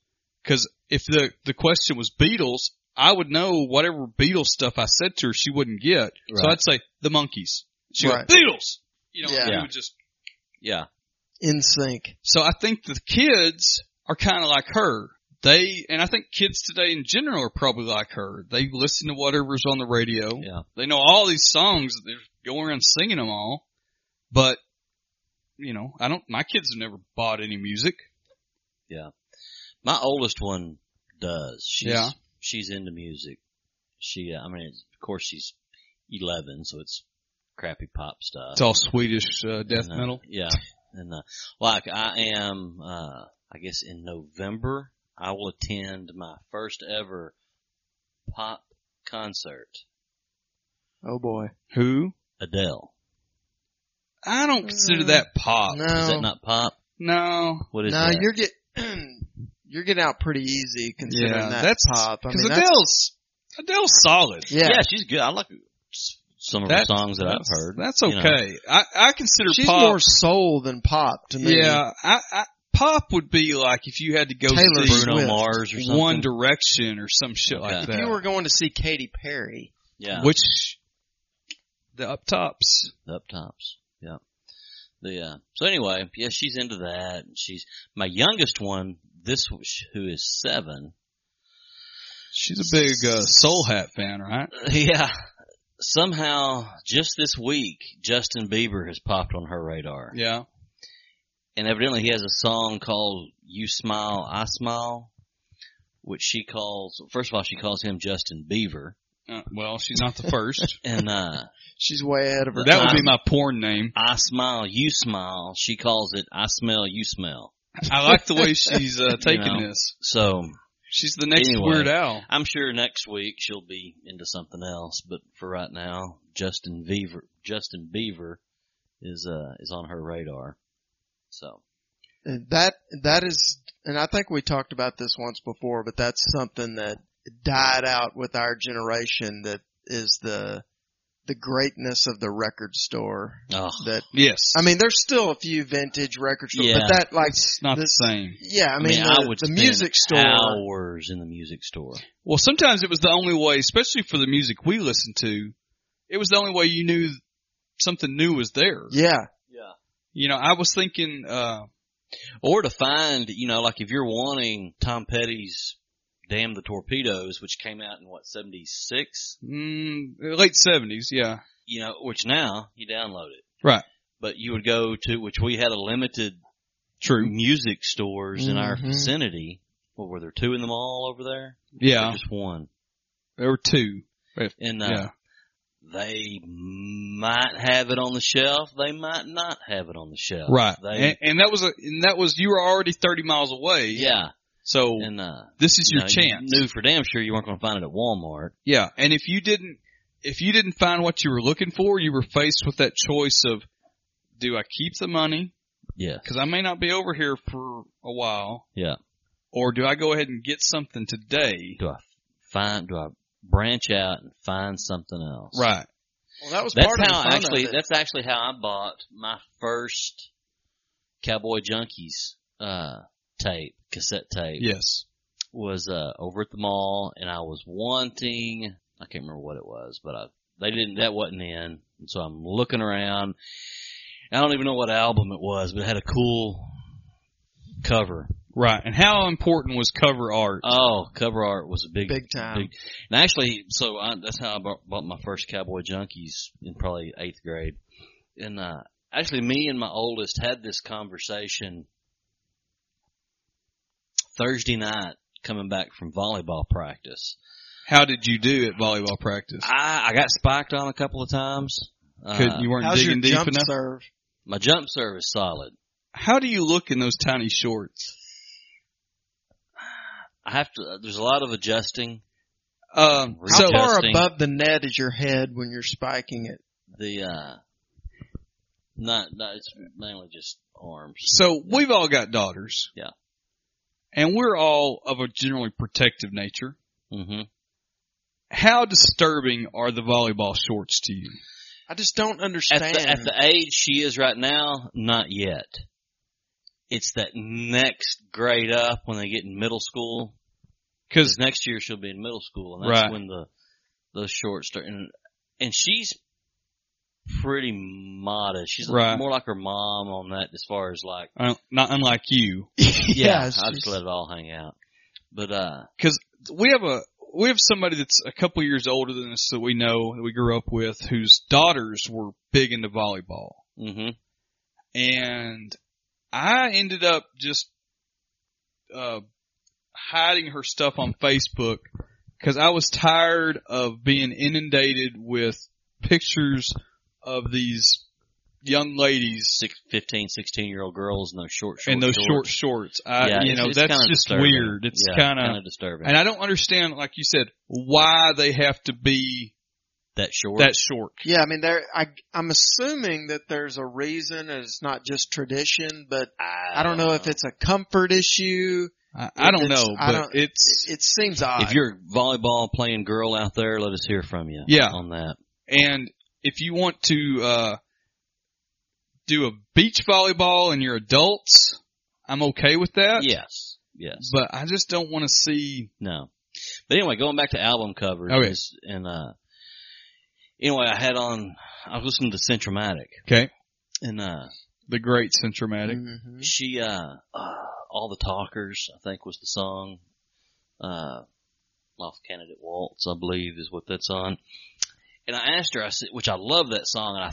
Because if the the question was Beatles, I would know whatever Beatles stuff I said to her, she wouldn't get. So
Right.
I'd say the Monkeys. She would
Right.
Beatles. You know,
Yeah.
and she
Yeah.
would just
Yeah.
In sync.
So I think the kids are kind of like her. They, and I think kids today in general are probably like her. They listen to whatever's on the radio.
Yeah.
They know all these songs. They're going around singing them all. But, you know, I don't, my kids have never bought any music.
My oldest one does. She's,
Yeah.
She's into music. She, uh, I mean, it's, of course she's 11, so it's crappy pop stuff.
It's all Swedish uh, death
And, uh,
metal.
Yeah. And uh, like I am, uh, I guess in November, I will attend my first ever pop concert.
Oh boy.
Who?
Adele.
I don't
Mm,
consider Oh, that pop.
no,
Is that not pop?
No.
What
no,
is that?
you're getting you're getting out pretty easy considering
Yeah,
that
that's-
pop. I
Because
mean, that's,
Adele's, Adele's solid.
yeah,
yeah, she's good. I like s- some of her
That's-
songs that I've
that's-
heard.
That's
you know.
okay. I, I consider
she's
pop.
more soul than pop to me.
Yeah, I, I pop would be like if you had to go
Taylor
see
Bruno
Swift.
Mars or something.
One Direction or some shit like
Okay.
that.
If you were going to see Katy Perry,
Yeah.
Which the up tops.
the up tops. Yeah. The uh, so anyway, yeah, she's into that. And she's my youngest one. This was- who is seven
She's a big uh, Soul Hat fan, right?
Yeah. Somehow, just this week, Justin Bieber has popped on her radar.
Yeah.
And evidently he has a song called You Smile, I Smile, which she calls, first of all, she calls him Justin Beaver.
Uh, well, she's not the first.
And, uh,
She's way ahead of her.
that would be
Um,
my porn name.
I Smile, You Smile, she calls it I Smell, You Smell.
I like the way she's uh, taking
know.
this.
So,
She's the next
Anyway.
Weird Al.
I'm sure next week she'll be into something else, but for right now, Justin Beaver, Justin Beaver is, uh, is on her radar. So,
And Uh, that that is, and I think we talked about this once before, but that's something that died out with our generation. That is the the greatness of the record store.
oh,
That
Yes.
I mean, there's still a few vintage record stores,
Yeah.
but that like
it's not
this-
the same.
yeah, I
I
mean,
mean,
the,
I would
the
spend
music store.
hours in the music store.
Well, sometimes it was the only way, especially for the music we listened to, it was the only way you knew something new was there.
Yeah,
Yeah.
You know, I was thinking, uh,
Or to find, you know, like if you're wanting Tom Petty's Damn the Torpedoes, which came out in what, 76?
mm, late 70s, yeah.
You know, which now you download it.
Right.
But you would go to, which we had a limited
True.
music stores in our
Mhm.
vicinity. What were there, two in the mall over there? Or
Yeah.
Just one.
There were two.
And, uh,
Yeah.
they might have it on the shelf. They might not have it on the shelf.
Right.
They,
And, and that was a, and that was, you were already 30 miles away.
yeah.
So
And, uh,
this is
you
your
know, you
chance.
knew for damn sure you weren't going to find it at Walmart.
Yeah, and if you didn't, if you didn't find what you were looking for, you were faced with that choice of, do I keep the money
Yeah.
because I may not be over here for a while,
Yeah.
or do I go ahead and get something today?
do I find do I branch out and find something else?
Right.
well, that was
That's
part
how
of the fun
actually
Of it.
that's actually how I bought my first Cowboy Junkies uh tape, cassette tape.
Yes.
Was uh over at the mall and I was wanting I can't remember what it was, but I they didn't that wasn't in. And so I'm looking around. I don't even know what album it was, but it had a cool cover.
Right. And how important was cover art?
Uh,
Oh, cover art was a big
big time.
Big- And actually, so I, that's how I bought, bought my first Cowboy Junkies in probably eighth grade. And uh, actually, me and my oldest had this conversation Thursday night coming back from volleyball practice.
How did you do at volleyball practice?
I, I got spiked on a couple of times.
Could,
Uh,
you weren't
How's your
digging deep
jump
enough.
serve?
my jump serve is solid.
How do you look in those tiny shorts?
I have to. uh, There's a lot of adjusting.
Uh,
Um,
How
How
so
far
Adjusting.
above the net is your head when you're spiking it?
The uh, not, not it's mainly just arms.
So we've all got daughters.
Yeah.
And we're all of a generally protective nature.
hmm
How disturbing are the volleyball shorts to you?
I just don't
at
understand.
the, at the age she is right now, not yet. It's that next grade up when they get in middle school. Because
Because
next year she'll be in middle school, and that's
Right.
when the those shorts start. And, and she's pretty modest. She's
Right.
more like her mom on that, as far as like,
uh, not unlike you,
yeah,
it's
I
just-
just let it all hang out. But uh,
we have a we have somebody that's a couple years older than us that we know that we grew up with whose daughters were big into volleyball,
hmm
and I ended up just uh, hiding her stuff on Facebook because I was tired of being inundated with pictures of these young ladies
six, 15, 16 year old girls in those short shorts.
and those short shorts. I,
yeah,
you
it's-
know,
it's
that's
kinda
just
disturbing.
weird. It's
yeah,
kind of
of disturbing.
And I don't understand, like you said, why they have to be
that short.
that short.
Yeah, I mean, there. I I'm assuming that there's a reason, and it's not just tradition, but I don't know
Uh.
if it's a comfort issue.
I, I don't
It's-
know, but
I don't-
it's
It, it seems odd.
If you're a volleyball playing girl out there, let us hear from you.
Yeah.
On that.
and if you want to uh, do a beach volleyball and you're adults, I'm okay with that.
Yes. Yes.
But I just don't want to see.
No. But anyway, going back to album covers.
Okay.
is- And, uh, anyway, I had on, I was listening to Centromatic
Okay,
and, uh,
the great Centromatic.
Mhm.
she, uh, uh, All the Talkers, I think was the song. Uh, off Candidate Waltz, I believe, is what that's on. And I asked her, I said, which I love that song, and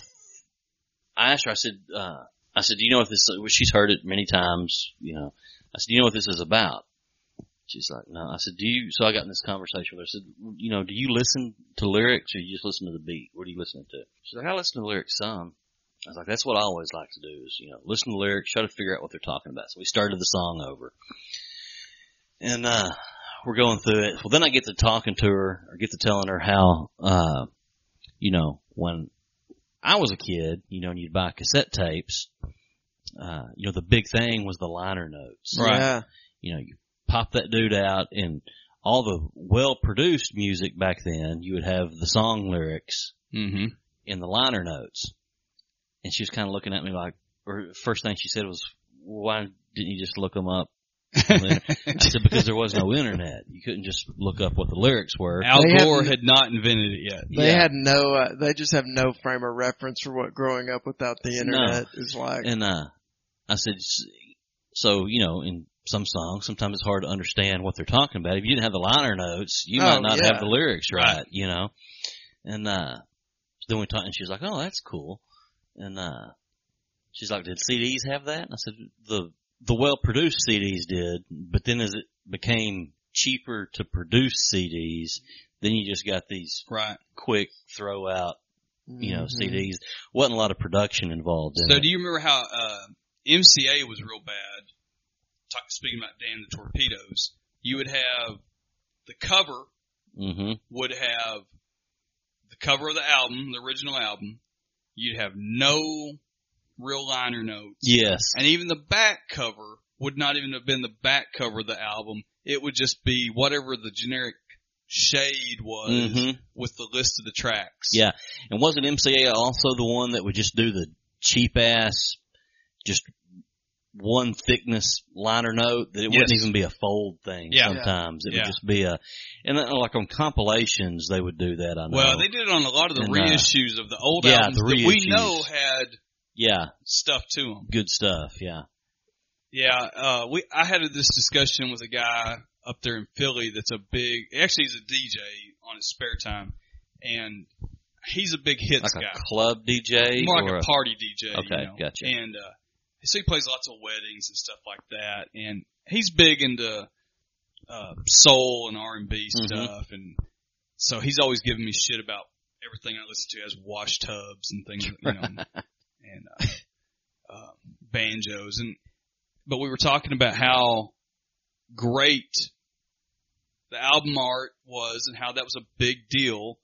I, I asked her, I said, uh, I said, do you know what this? Well, she's heard it many times, you know. I said, do you know what this is about? She's like, no. I said, do you? So I got in this conversation with her. I said, you know, do you listen to lyrics or you just listen to the beat? What are you listening to? She's like, I listen to lyrics some. I was like, that's what I always like to do is, you know, listen to lyrics, try to figure out what they're talking about. So we started the song over. And, uh, we're going through it. Well, then I get to talking to her or get to telling her how, uh, you know, when I was a kid, you know, and you'd buy cassette tapes, uh, you know, the big thing was the liner notes.
Yeah.
You know, you pop that dude out and all the well produced music back then, you would have the song lyrics
Mm-hmm.
in the liner notes. And she was kind of looking at me like, or first thing she said was, why didn't you just look them up? on
Mm-hmm.
the internet?" I said, because there was no internet. You couldn't just look up what the lyrics were.
Al
They
Gore
hadn't-
had not invented it yet.
They
Yeah.
had no, uh, they just have no frame of reference for what growing up without the internet is like.
And, uh, I said, "S- so, you know, in some songs, sometimes it's hard to understand what they're talking about. If you didn't have the liner notes, you
Oh,
might not
yeah.
have the lyrics right,
Right.
you know? And, uh, then we talked and she was like, oh, that's cool. And, uh, she's like, did CDs have that? And I said, the, the well produced CDs did, but then as it became cheaper to produce CDs, then you just got these
Right.
quick throw out, you know,
Mhm.
CDs. Wasn't a lot of production involved in
Mm-hmm. So
it.
do you remember how uh, MCA was real bad? Talk, speaking about Dan the Torpedoes, you would have the cover
mm-hmm.
would have the cover of the album, the original album. You'd have no real liner notes,
Yes.
and even the back cover would not even have been the back cover of the album. It would just be whatever the generic shade was
Mhm.
with the list of the tracks.
Yeah. And wasn't MCA also the one that would just do the cheap ass, just one thickness liner note that it wouldn't
Yes.
even be a fold thing
Yeah.
sometimes. It
Yeah.
would just be a, and then, like on compilations, they would do that, I know.
Well, they did it on a lot of the
And, uh,
reissues of the old
yeah,
albums
the
that we
reissues.
know had
yeah,
stuff to them.
good stuff. Yeah.
Yeah, uh, we I had this discussion with a guy up there in Philly that's a big. Actually, he's a DJ on his spare time, and he's a big hits
Like a
guy,
club DJ
more
or
like a party DJ. you
Okay,
know?
gotcha.
And uh, so he plays lots of weddings and stuff like that, and he's big into uh, soul and R and B
Mhm.
stuff, and so he's always giving me shit about everything I listen to as wash tubs and things, you know, and uh, uh, banjos and but we were talking about how great the album art was and how that was a big deal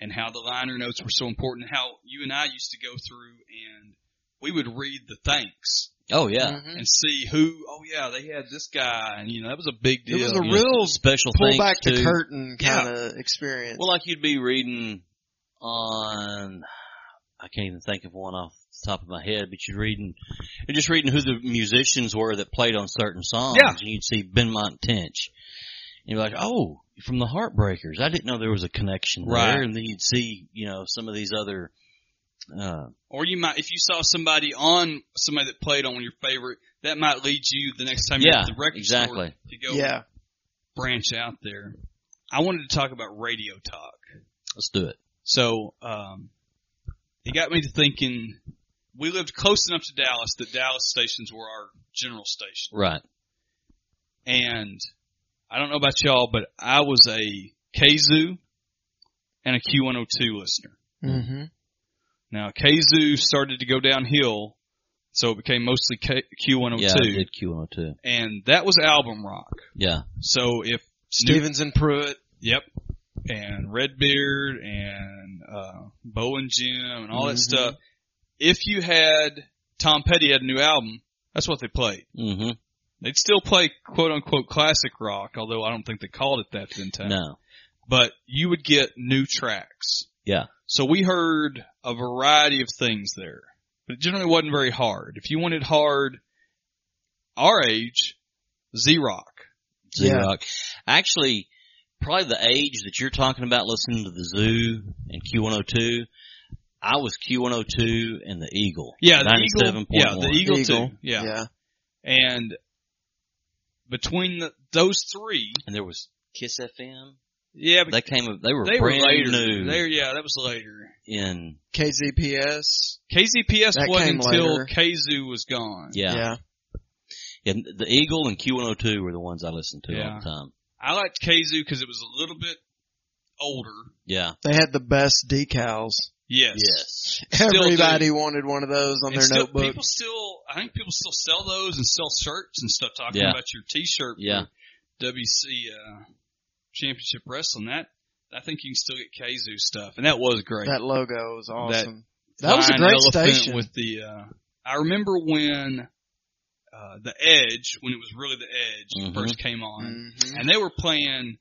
and how the liner notes were so important and how you and I used to go through and we would read the thanks
oh yeah.
Mhm.
and see who, oh yeah, they had this guy and you know, that was a big
It
deal.
was
You
a
know,
real
special
pull
thanks
back the
to-
curtain
Yeah.
kind of experience.
Well, like you'd be reading on, I can't even think of one off the top of my head, but you're reading, you're just reading who the musicians were that played on certain songs.
Yeah.
And you'd see Benmont Tench. And you're like, oh, from the Heartbreakers. I didn't know there was a connection
Right.
there. And then you'd see, you know, some of these other, uh,
Or you might, if you saw somebody on, somebody that played on your favorite, that might lead you the next time you're
yeah,
at the record
exactly.
store to go
yeah.
branch out there. I wanted to talk about radio talk.
Let's do it.
So um, it got me to thinking. We lived close enough to Dallas that Dallas stations were our general station,
Right.
and I don't know about y'all, but I was a KZoo and a Q102 listener.
Mm-hmm.
Now KZoo started to go downhill, so it became mostly K- Q102,
Yeah, I did Q102.
and that was album rock.
Yeah.
So if Stu-
Stevens and Pruitt.
Yep. And Redbeard and uh, Bo and Jim and all
Mhm.
that
Mm-hmm.
stuff. If you had Tom Petty had a new album, that's what they played.
hmm
They'd still play quote unquote classic rock, although I don't think they called it that then. Tom.
No.
But you would get new tracks.
Yeah.
So we heard a variety of things there, but it generally wasn't very hard. If you wanted hard, our age, Z Rock.
Zoo
Yeah.
Rock. Actually, probably the age that you're talking about listening to the Zoo and Q102, I was Q102 and the Eagle.
Yeah, the Eagle.
97.1.
Yeah, the Eagle,
Eagle.
too. Yeah. And between the, those three,
And there was Kiss FM.
Yeah, but
They came. They were
they were
brand
later.
new
They, yeah, that was later.
in.
KZPS.
KZPS
That came
wasn't until
later.
KZoo was gone.
Yeah. And the Eagle and Q102 were the ones I listened to all
Yeah.
the time.
I liked KZoo because it was a little bit older.
Yeah.
They had the best decals.
Yes.
Yes.
Still do.
Everybody wanted one of those on
And
their
still,
notebook.
People still, I think people still sell those and sell shirts and stuff. Talking
Yeah.
about your T-shirt, for
Yeah.
WC uh, Championship Wrestling. That I think you can still get Kazoo stuff, and that was great.
that logo was awesome. That, was a
Flying
great
elephant
station.
With the, uh, I remember when uh, the Edge, when it was really the Edge,
Mhm.
first came on,
Mhm.
and they were playing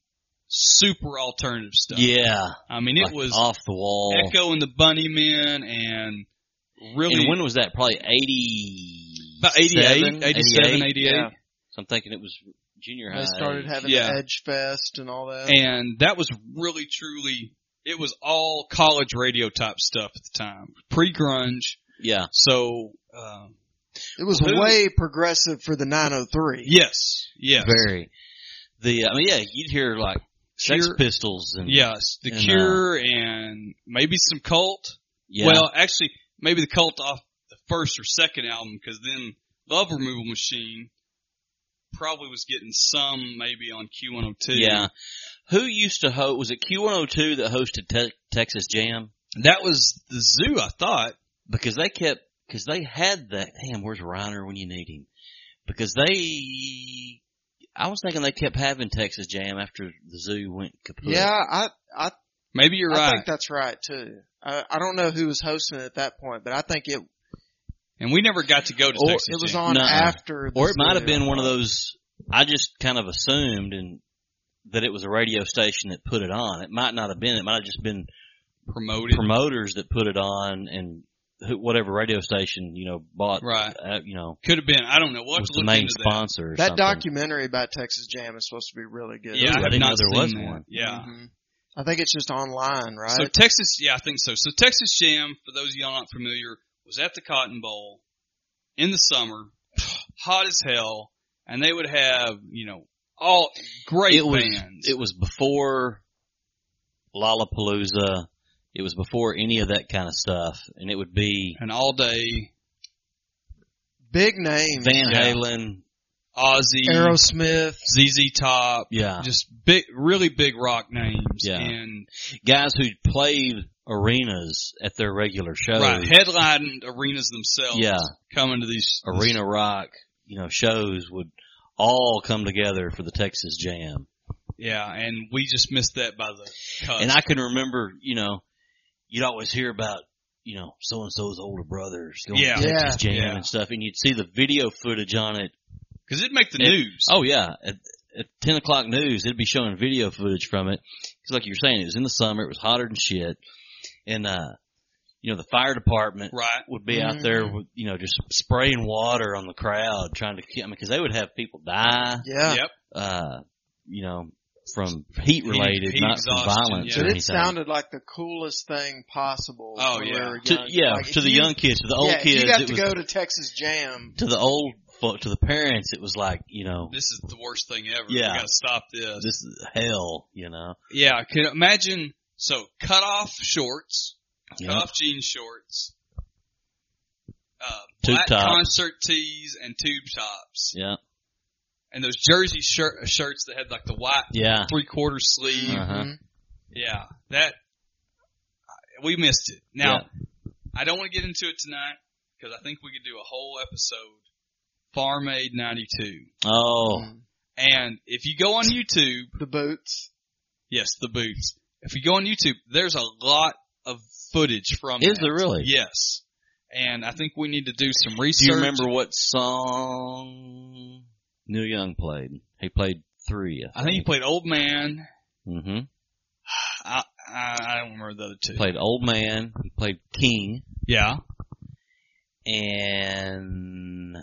super alternative stuff.
Yeah.
I mean it
Like,
was
off the wall.
Echo and the Bunnymen, and really
And when was that? Probably 80.
about 88, 87, 88.
Yeah.
So I'm thinking it was junior high.
They started having
Yeah.
the Edge Fest and all that.
and that was really truly it was all college radio type stuff at the time pre grunge
Yeah.
so um,
it was
who-
way progressive for the 903.
yes yes
Very. The, I mean, yeah, you'd hear like Sex
Cure-
Pistols and.
yes the
And, uh,
cure and maybe some cult
yeah.
well actually maybe the cult off the first or second album because then love removal machine probably was getting some maybe on q102
yeah. Who used to host? Was it Q102 that hosted te- Texas Jam?
that was the zoo i thought
because they kept because they had that. Damn, where's Reiner when you need him? Because they, I was thinking they kept having Texas Jam after the zoo went kaput.
Yeah, I I,
maybe you're
I
right
think that's right too. I, I don't know who was hosting it at that point, but I think it
and we never got to go to
or
Texas
it was
Jam.
on
Nuh-uh.
after. the
or it might have
Zoo.
been one of those. I just kind of assumed and that it was a radio station that put it on. It might not have been. It might have just been
promoted
promoters that put it on and who- whatever radio station you know bought.
Right.
Uh, you know.
Could have been. I don't know. We'll have
Was
to
the
look
main
into
sponsor? Or
That
something.
documentary about Texas Jam is supposed to be really
that.
good.
Yeah,
Ooh,
I
I
have
didn't
not
know there
seen
was
that.
one.
Yeah.
Mhm. I think it's just online, right?
So Texas, yeah, I think so. So Texas Jam, for those of y'all not familiar, was at the Cotton Bowl in the summer, hot as hell, and they would have you know all great
It was-
bands.
it was before Lollapalooza. It was before any of that kind of stuff, and it would be
and all day
Big names.
Van
Yeah.
Halen.
Ozzy,
Aerosmith.
ZZ Top,
Yeah,
just big, really big rock names.
Ah. Yeah.
And
guys who played arenas at their regular shows.
right, headlining arenas themselves.
Yeah,
coming to these
arena rock. You know, shows would all come together for the Texas Jam,
Yeah, and we just missed that by the cut.
and I can remember. You know, you'd always hear about you know so and so's older brothers going
Yeah.
to Texas Jam
Yeah.
and stuff, and you'd see the video footage on it
because it'd make the
It-
news.
Oh yeah, at, at ten o'clock news, it'd be showing video footage from it. 'Cause like you were saying, it was in the summer, it was hotter than shit, and uh, you know the fire department
right.
would be out there,
Mm-hmm.
with, you know, just spraying water on the crowd, trying to. ki- I mean, because they would have people die,
Yeah.
Yep.
uh, you know, from heat related,
heat
not from
exhaustion,
violence
yeah.
or
But
anything.
it sounded like the coolest thing possible.
Oh,
when
yeah.
We were young.
to, yeah,
Like,
to
if
the
you-
young kids, to the old
yeah, if
kids,
You got
it
to
was
go to Texas Jam.
to the old, folk, to the parents. It was like, you know,
This is the worst thing ever.
Yeah.
We gotta stop this.
this is hell, you know.
Yeah, I could imagine. So cut off shorts,
Yeah.
cut off jean shorts, uh,
Tube
black
tops.
concert tees and tube tops,
Yeah,
and those jersey shirt uh, shirts that had like the white
yeah.
three quarter sleeve.
Uh-huh.
Mhm.
Yeah, that we missed it. Now, I don't want to get into it tonight because I think we could do a whole episode. Farm Aid '92,
Oh,
Mm-hmm.
and if you go on YouTube.
The boots.
Yes, the boots. If you go on YouTube, there's a lot of footage from.
Is
that.
there really?
Yes, and I think we need to do some
do
research.
you remember what song Neil Young played? He played three.
I think he played Old Man.
hmm
I I, I don't remember the other two.
Played Old Man. He played King,
Yeah,
and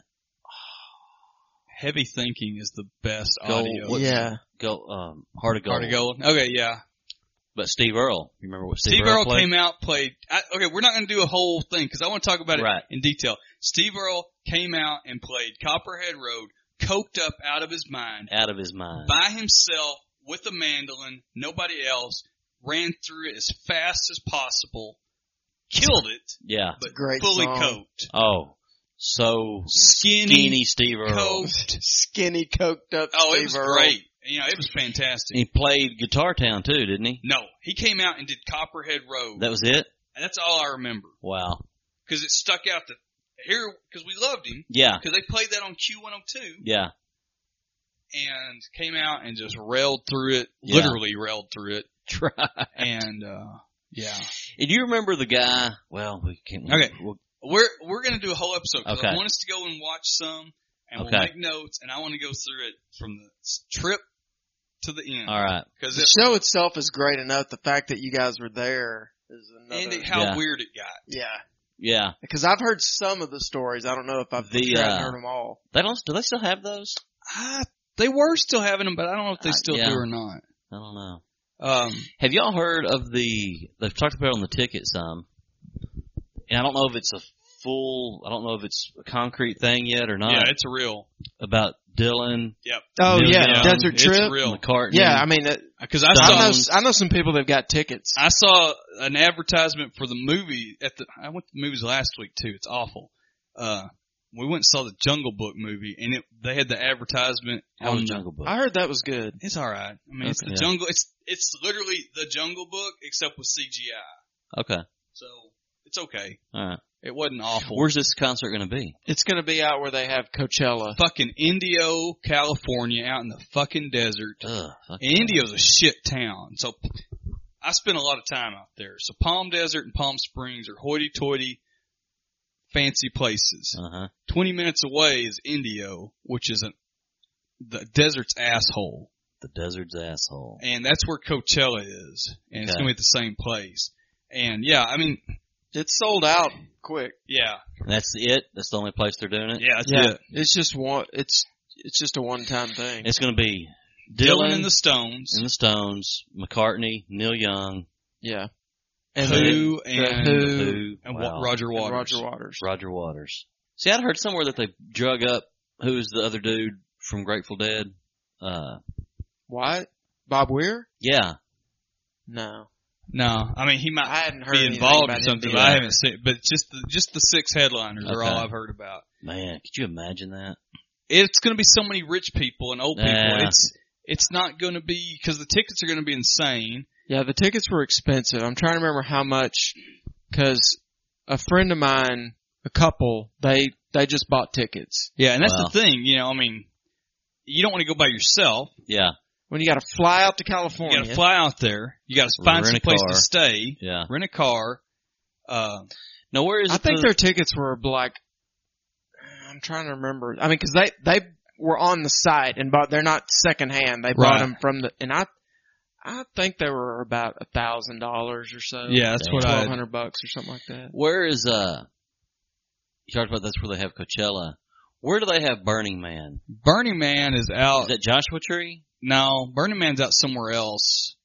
Heavy Thinking is the best
Go-
audio.
What-
yeah.
go um, Heart of Gold.
Hard to go. Okay, yeah.
But Steve Earle. You remember what Steve,
Steve Earle
played?
came out, played. I, okay, we're not going to do a whole thing because I want to talk about it
Right.
in detail. Steve Earle came out and played Copperhead Road, coked up out of his mind,
out of his mind.
by himself with a mandolin, nobody else, ran through it as fast as possible, killed it,
Yeah.
but
great
fully
song.
coked.
Oh, so skinny
Skinny,
Steve Earle.
coked.
Skinny, coked up.
Oh,
Steve
it was
Earle.
great. You know, it was fantastic.
He played Guitar Town too, didn't he?
No, he came out and did Copperhead Road.
That was it.
That's all I remember
Wow.
because it stuck out the here because we loved him
Yeah.
because they played that on Q102
Yeah.
and came out and just railed through it,
Yeah.
literally railed through it,
Try.
and uh yeah,
And you remember the guy? Well, we can't.
Okay.
we'll-
we're we're gonna do a whole episode because
Okay.
I want us to go and watch some and
Okay.
we'll make notes and I want to go through it from the s- trip to the end
all right.
because
The show itself is great enough. The fact that you guys were there is another.
and it, how
Yeah.
weird it got.
yeah,
Yeah.
because I've heard some of the stories. I don't know if I've
The,
tried to
uh,
heard them all.
They don't. Do they still have those?
I, they were still having them, but I don't know if
they still do or
not.
I don't know.
Um,
Have y'all heard of the? They've talked about it on the ticket some, and I don't know if it's a full. I don't know if it's a concrete thing yet or not.
yeah, it's real. Um,
about Dylan
Oh
Neil
yeah,
Young,
Desert Trip.
It's real
McCartney.
Yeah, I mean, it,
because I
Done.
saw
I know
Stones.
I know some people that've got tickets.
I saw an advertisement for the movie at the. I went to the movies last week too. It's awful. Uh, we went and saw the Jungle Book movie, and it they had the advertisement
How
on
was
the-
Oh, Jungle Book?
I heard that was good.
It's all right. I mean, it's the
Okay.
jungle. It's it's literally the Jungle Book except with CGI.
Okay.
So it's okay.
All right.
It wasn't awful.
Where's this concert going to be?
It's going to be out where they have Coachella.
fucking Indio, California, out in the fucking desert.
Ugh. fuck.
And Indio's a shit town. So I spent a lot of time out there. So Palm Desert and Palm Springs are hoity-toity fancy places.
Uh-huh.
20 minutes away is Indio, which is an, the desert's asshole.
The desert's asshole.
And that's where Coachella is. And it's
Okay.
going to be at the same place. And yeah, I mean,
It sold out quick.
yeah.
That's it. That's the only place they're doing it.
Yeah, that's it.
it's just one. It's it's just a one time thing.
It's going to be
Dylan,
Dylan,
and the Stones.
and the Stones, McCartney, Neil Young,
yeah, and then
Who and,
Who.
Who,
and
wow,
Wa- Roger
and
Waters.
Roger Waters.
Roger Waters. See, I'd heard somewhere that they drug up who is the other dude from Grateful Dead. Uh,
What? Bob Weir?
yeah,
No,
No, I mean he might
I hadn't heard
be
anything
involved
about
in
him
something.
being-
But I haven't seen, but just the just the six headliners are all
Okay.
I've heard about.
man, could you imagine that?
It's going to be so many rich people and old people.
Yeah.
It's it's not going to be because the tickets are going to be insane.
Yeah, the tickets were expensive. I'm trying to remember how much, because a friend of mine, a couple, they they just bought tickets.
Yeah, and that's
Wow.
the thing. You know, I mean, you don't want to go by yourself.
Yeah,
When you got to fly out to
You
California,
got to fly out there. You got to find
Rent
some
a
place
car.
to stay.
yeah.
Rent a car. Uh,
Now where is
I
it
think
the-
their tickets were like, I'm trying to remember. I mean, because they they were on the site and bought. They're not secondhand. They bought
Right.
them from the and I. I think they were about a thousand dollars or so.
yeah, that's what
twelve
I.
hundred bucks or something like that.
Where is uh? You talked about that's where they have Coachella. Where do they have Burning Man?
Burning Man is out.
Is that Joshua Tree?
no, Burning Man's out somewhere else.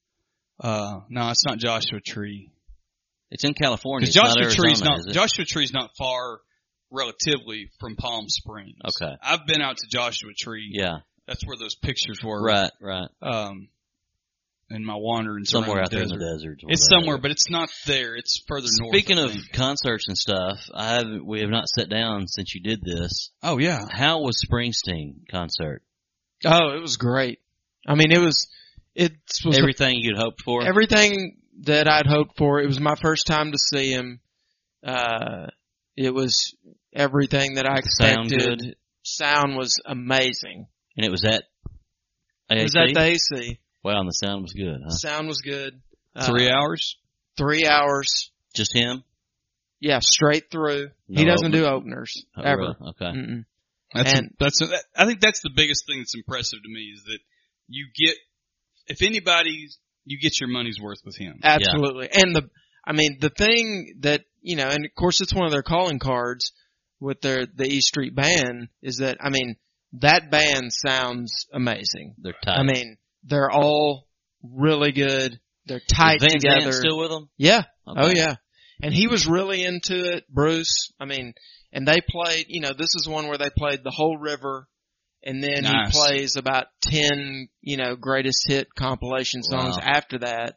Uh, no, it's not Joshua Tree.
It's in California.
Because
It's
Joshua
not
Tree's
Arizona,
not
is it?
Joshua Tree's not far relatively from Palm Springs.
Okay.
I've been out to Joshua Tree.
Yeah.
That's where those pictures were.
Right. Right.
Um in my wanderings around
Somewhere out
the
there in
desert.
the deserts.
It's somewhere, but it's not there. It's further north.
Speaking
I
of
think.
concerts and stuff, I have we have not sat down since you did this.
Oh yeah.
How was Springsteen concert?
Oh, it was great. I mean, it was it was the
Everything you'd hoped for.
everything that I'd hoped for. It was my first time to see him. Uh, it was everything that I
sound
expected.
good,
Sound was amazing.
and it was at.
It was
AAC?
at the AC.
Wow, and the sound was good, huh?
Sound was good.
Three
uh,
hours?
three hours.
Just him.
Yeah, straight through.
No
he doesn't do openers
Oh,
ever. Mm.
really? Okay.
Mm-mm.
That's
and-
that's that, I think that's the biggest thing that's impressive to me is that you get if anybody you get your money's worth with him.
Absolutely. And the, I mean, the thing that you know, and of course, it's one of their calling cards with their the E Street band is that I mean, that band sounds amazing.
They're tight.
I mean, they're all really good. They're tight
Is Van Zant
together.
still with them?
yeah.
Okay.
Oh yeah. And he was really into it, Bruce. I mean, and they played, you know, this is one where they played the whole river and then
Nice.
he plays about 10, you know, greatest hit compilation songs
Wow.
after that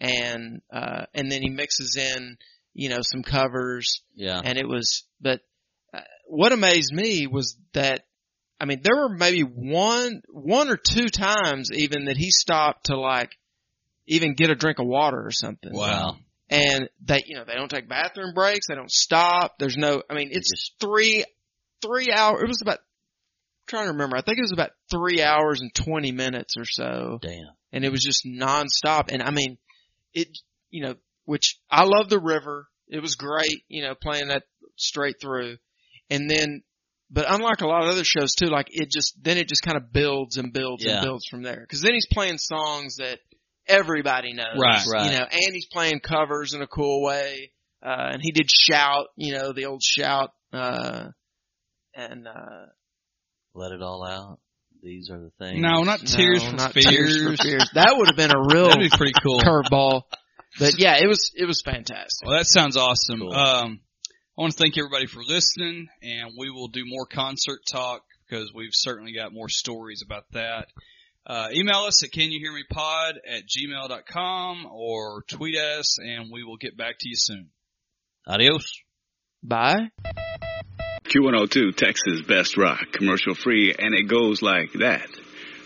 and uh and then he mixes in, you know, some covers
Yeah.
and it was but uh, what amazed me was that I mean, there were maybe one one or two times even that he stopped to like even get a drink of water or something.
Wow.
And they, you know, they don't take bathroom breaks. They don't stop. There's no, I mean, it's
just-
three, three hour. It was about, I'm trying to remember. I think it was about three hours and 20 minutes or so.
Damn.
And it was just nonstop. And I mean, it, you know, which I love the river. It was great, you know, playing that straight through. And then, but unlike a lot of other shows too, like it just, then it just kind of builds and builds
Yeah.
and builds from there. Cause then he's playing songs that everybody knows.
Right,
right.
You know, and he's playing covers in a cool way. Uh, and he did shout, you know, the old shout, uh, and, uh,
Let it all out. These are the things.
No, not Tears
no,
for
not
Fears.
Tears for Fears. That would have been a real
That'd be pretty cool.
curveball. But yeah, it was, it was fantastic.
Well, that sounds awesome.
Cool.
Um, I want to thank everybody for listening, and we will do more concert talk because we've certainly got more stories about that. Uh, email us at canyouhearmepod at gmail.com or tweet us, and we will get back to you soon.
Adios.
Bye.
Q102, Texas Best Rock, commercial free, and it goes like that.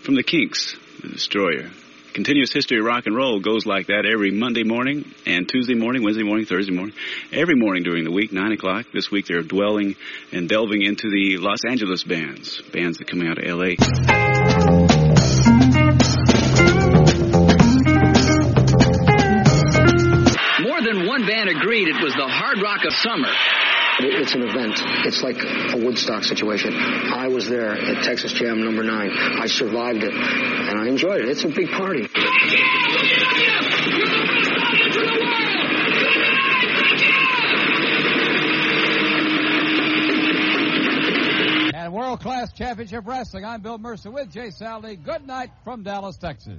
From the Kinks, The Destroyer. Continuous history of rock and roll goes like that every Monday morning and Tuesday morning, Wednesday morning, Thursday morning, every morning during the week, 9 o'clock. This week they're dwelling and delving into the Los Angeles bands, bands that come out of L.A.
More than one band agreed it was the hard rock of summer.
It's an event. It's like a Woodstock situation. I was there at Texas Jam number nine. I survived it, and I enjoyed it. It's a big party.
and world class championship wrestling. I'm Bill Mercer with Jay Sally. Good night from Dallas, Texas.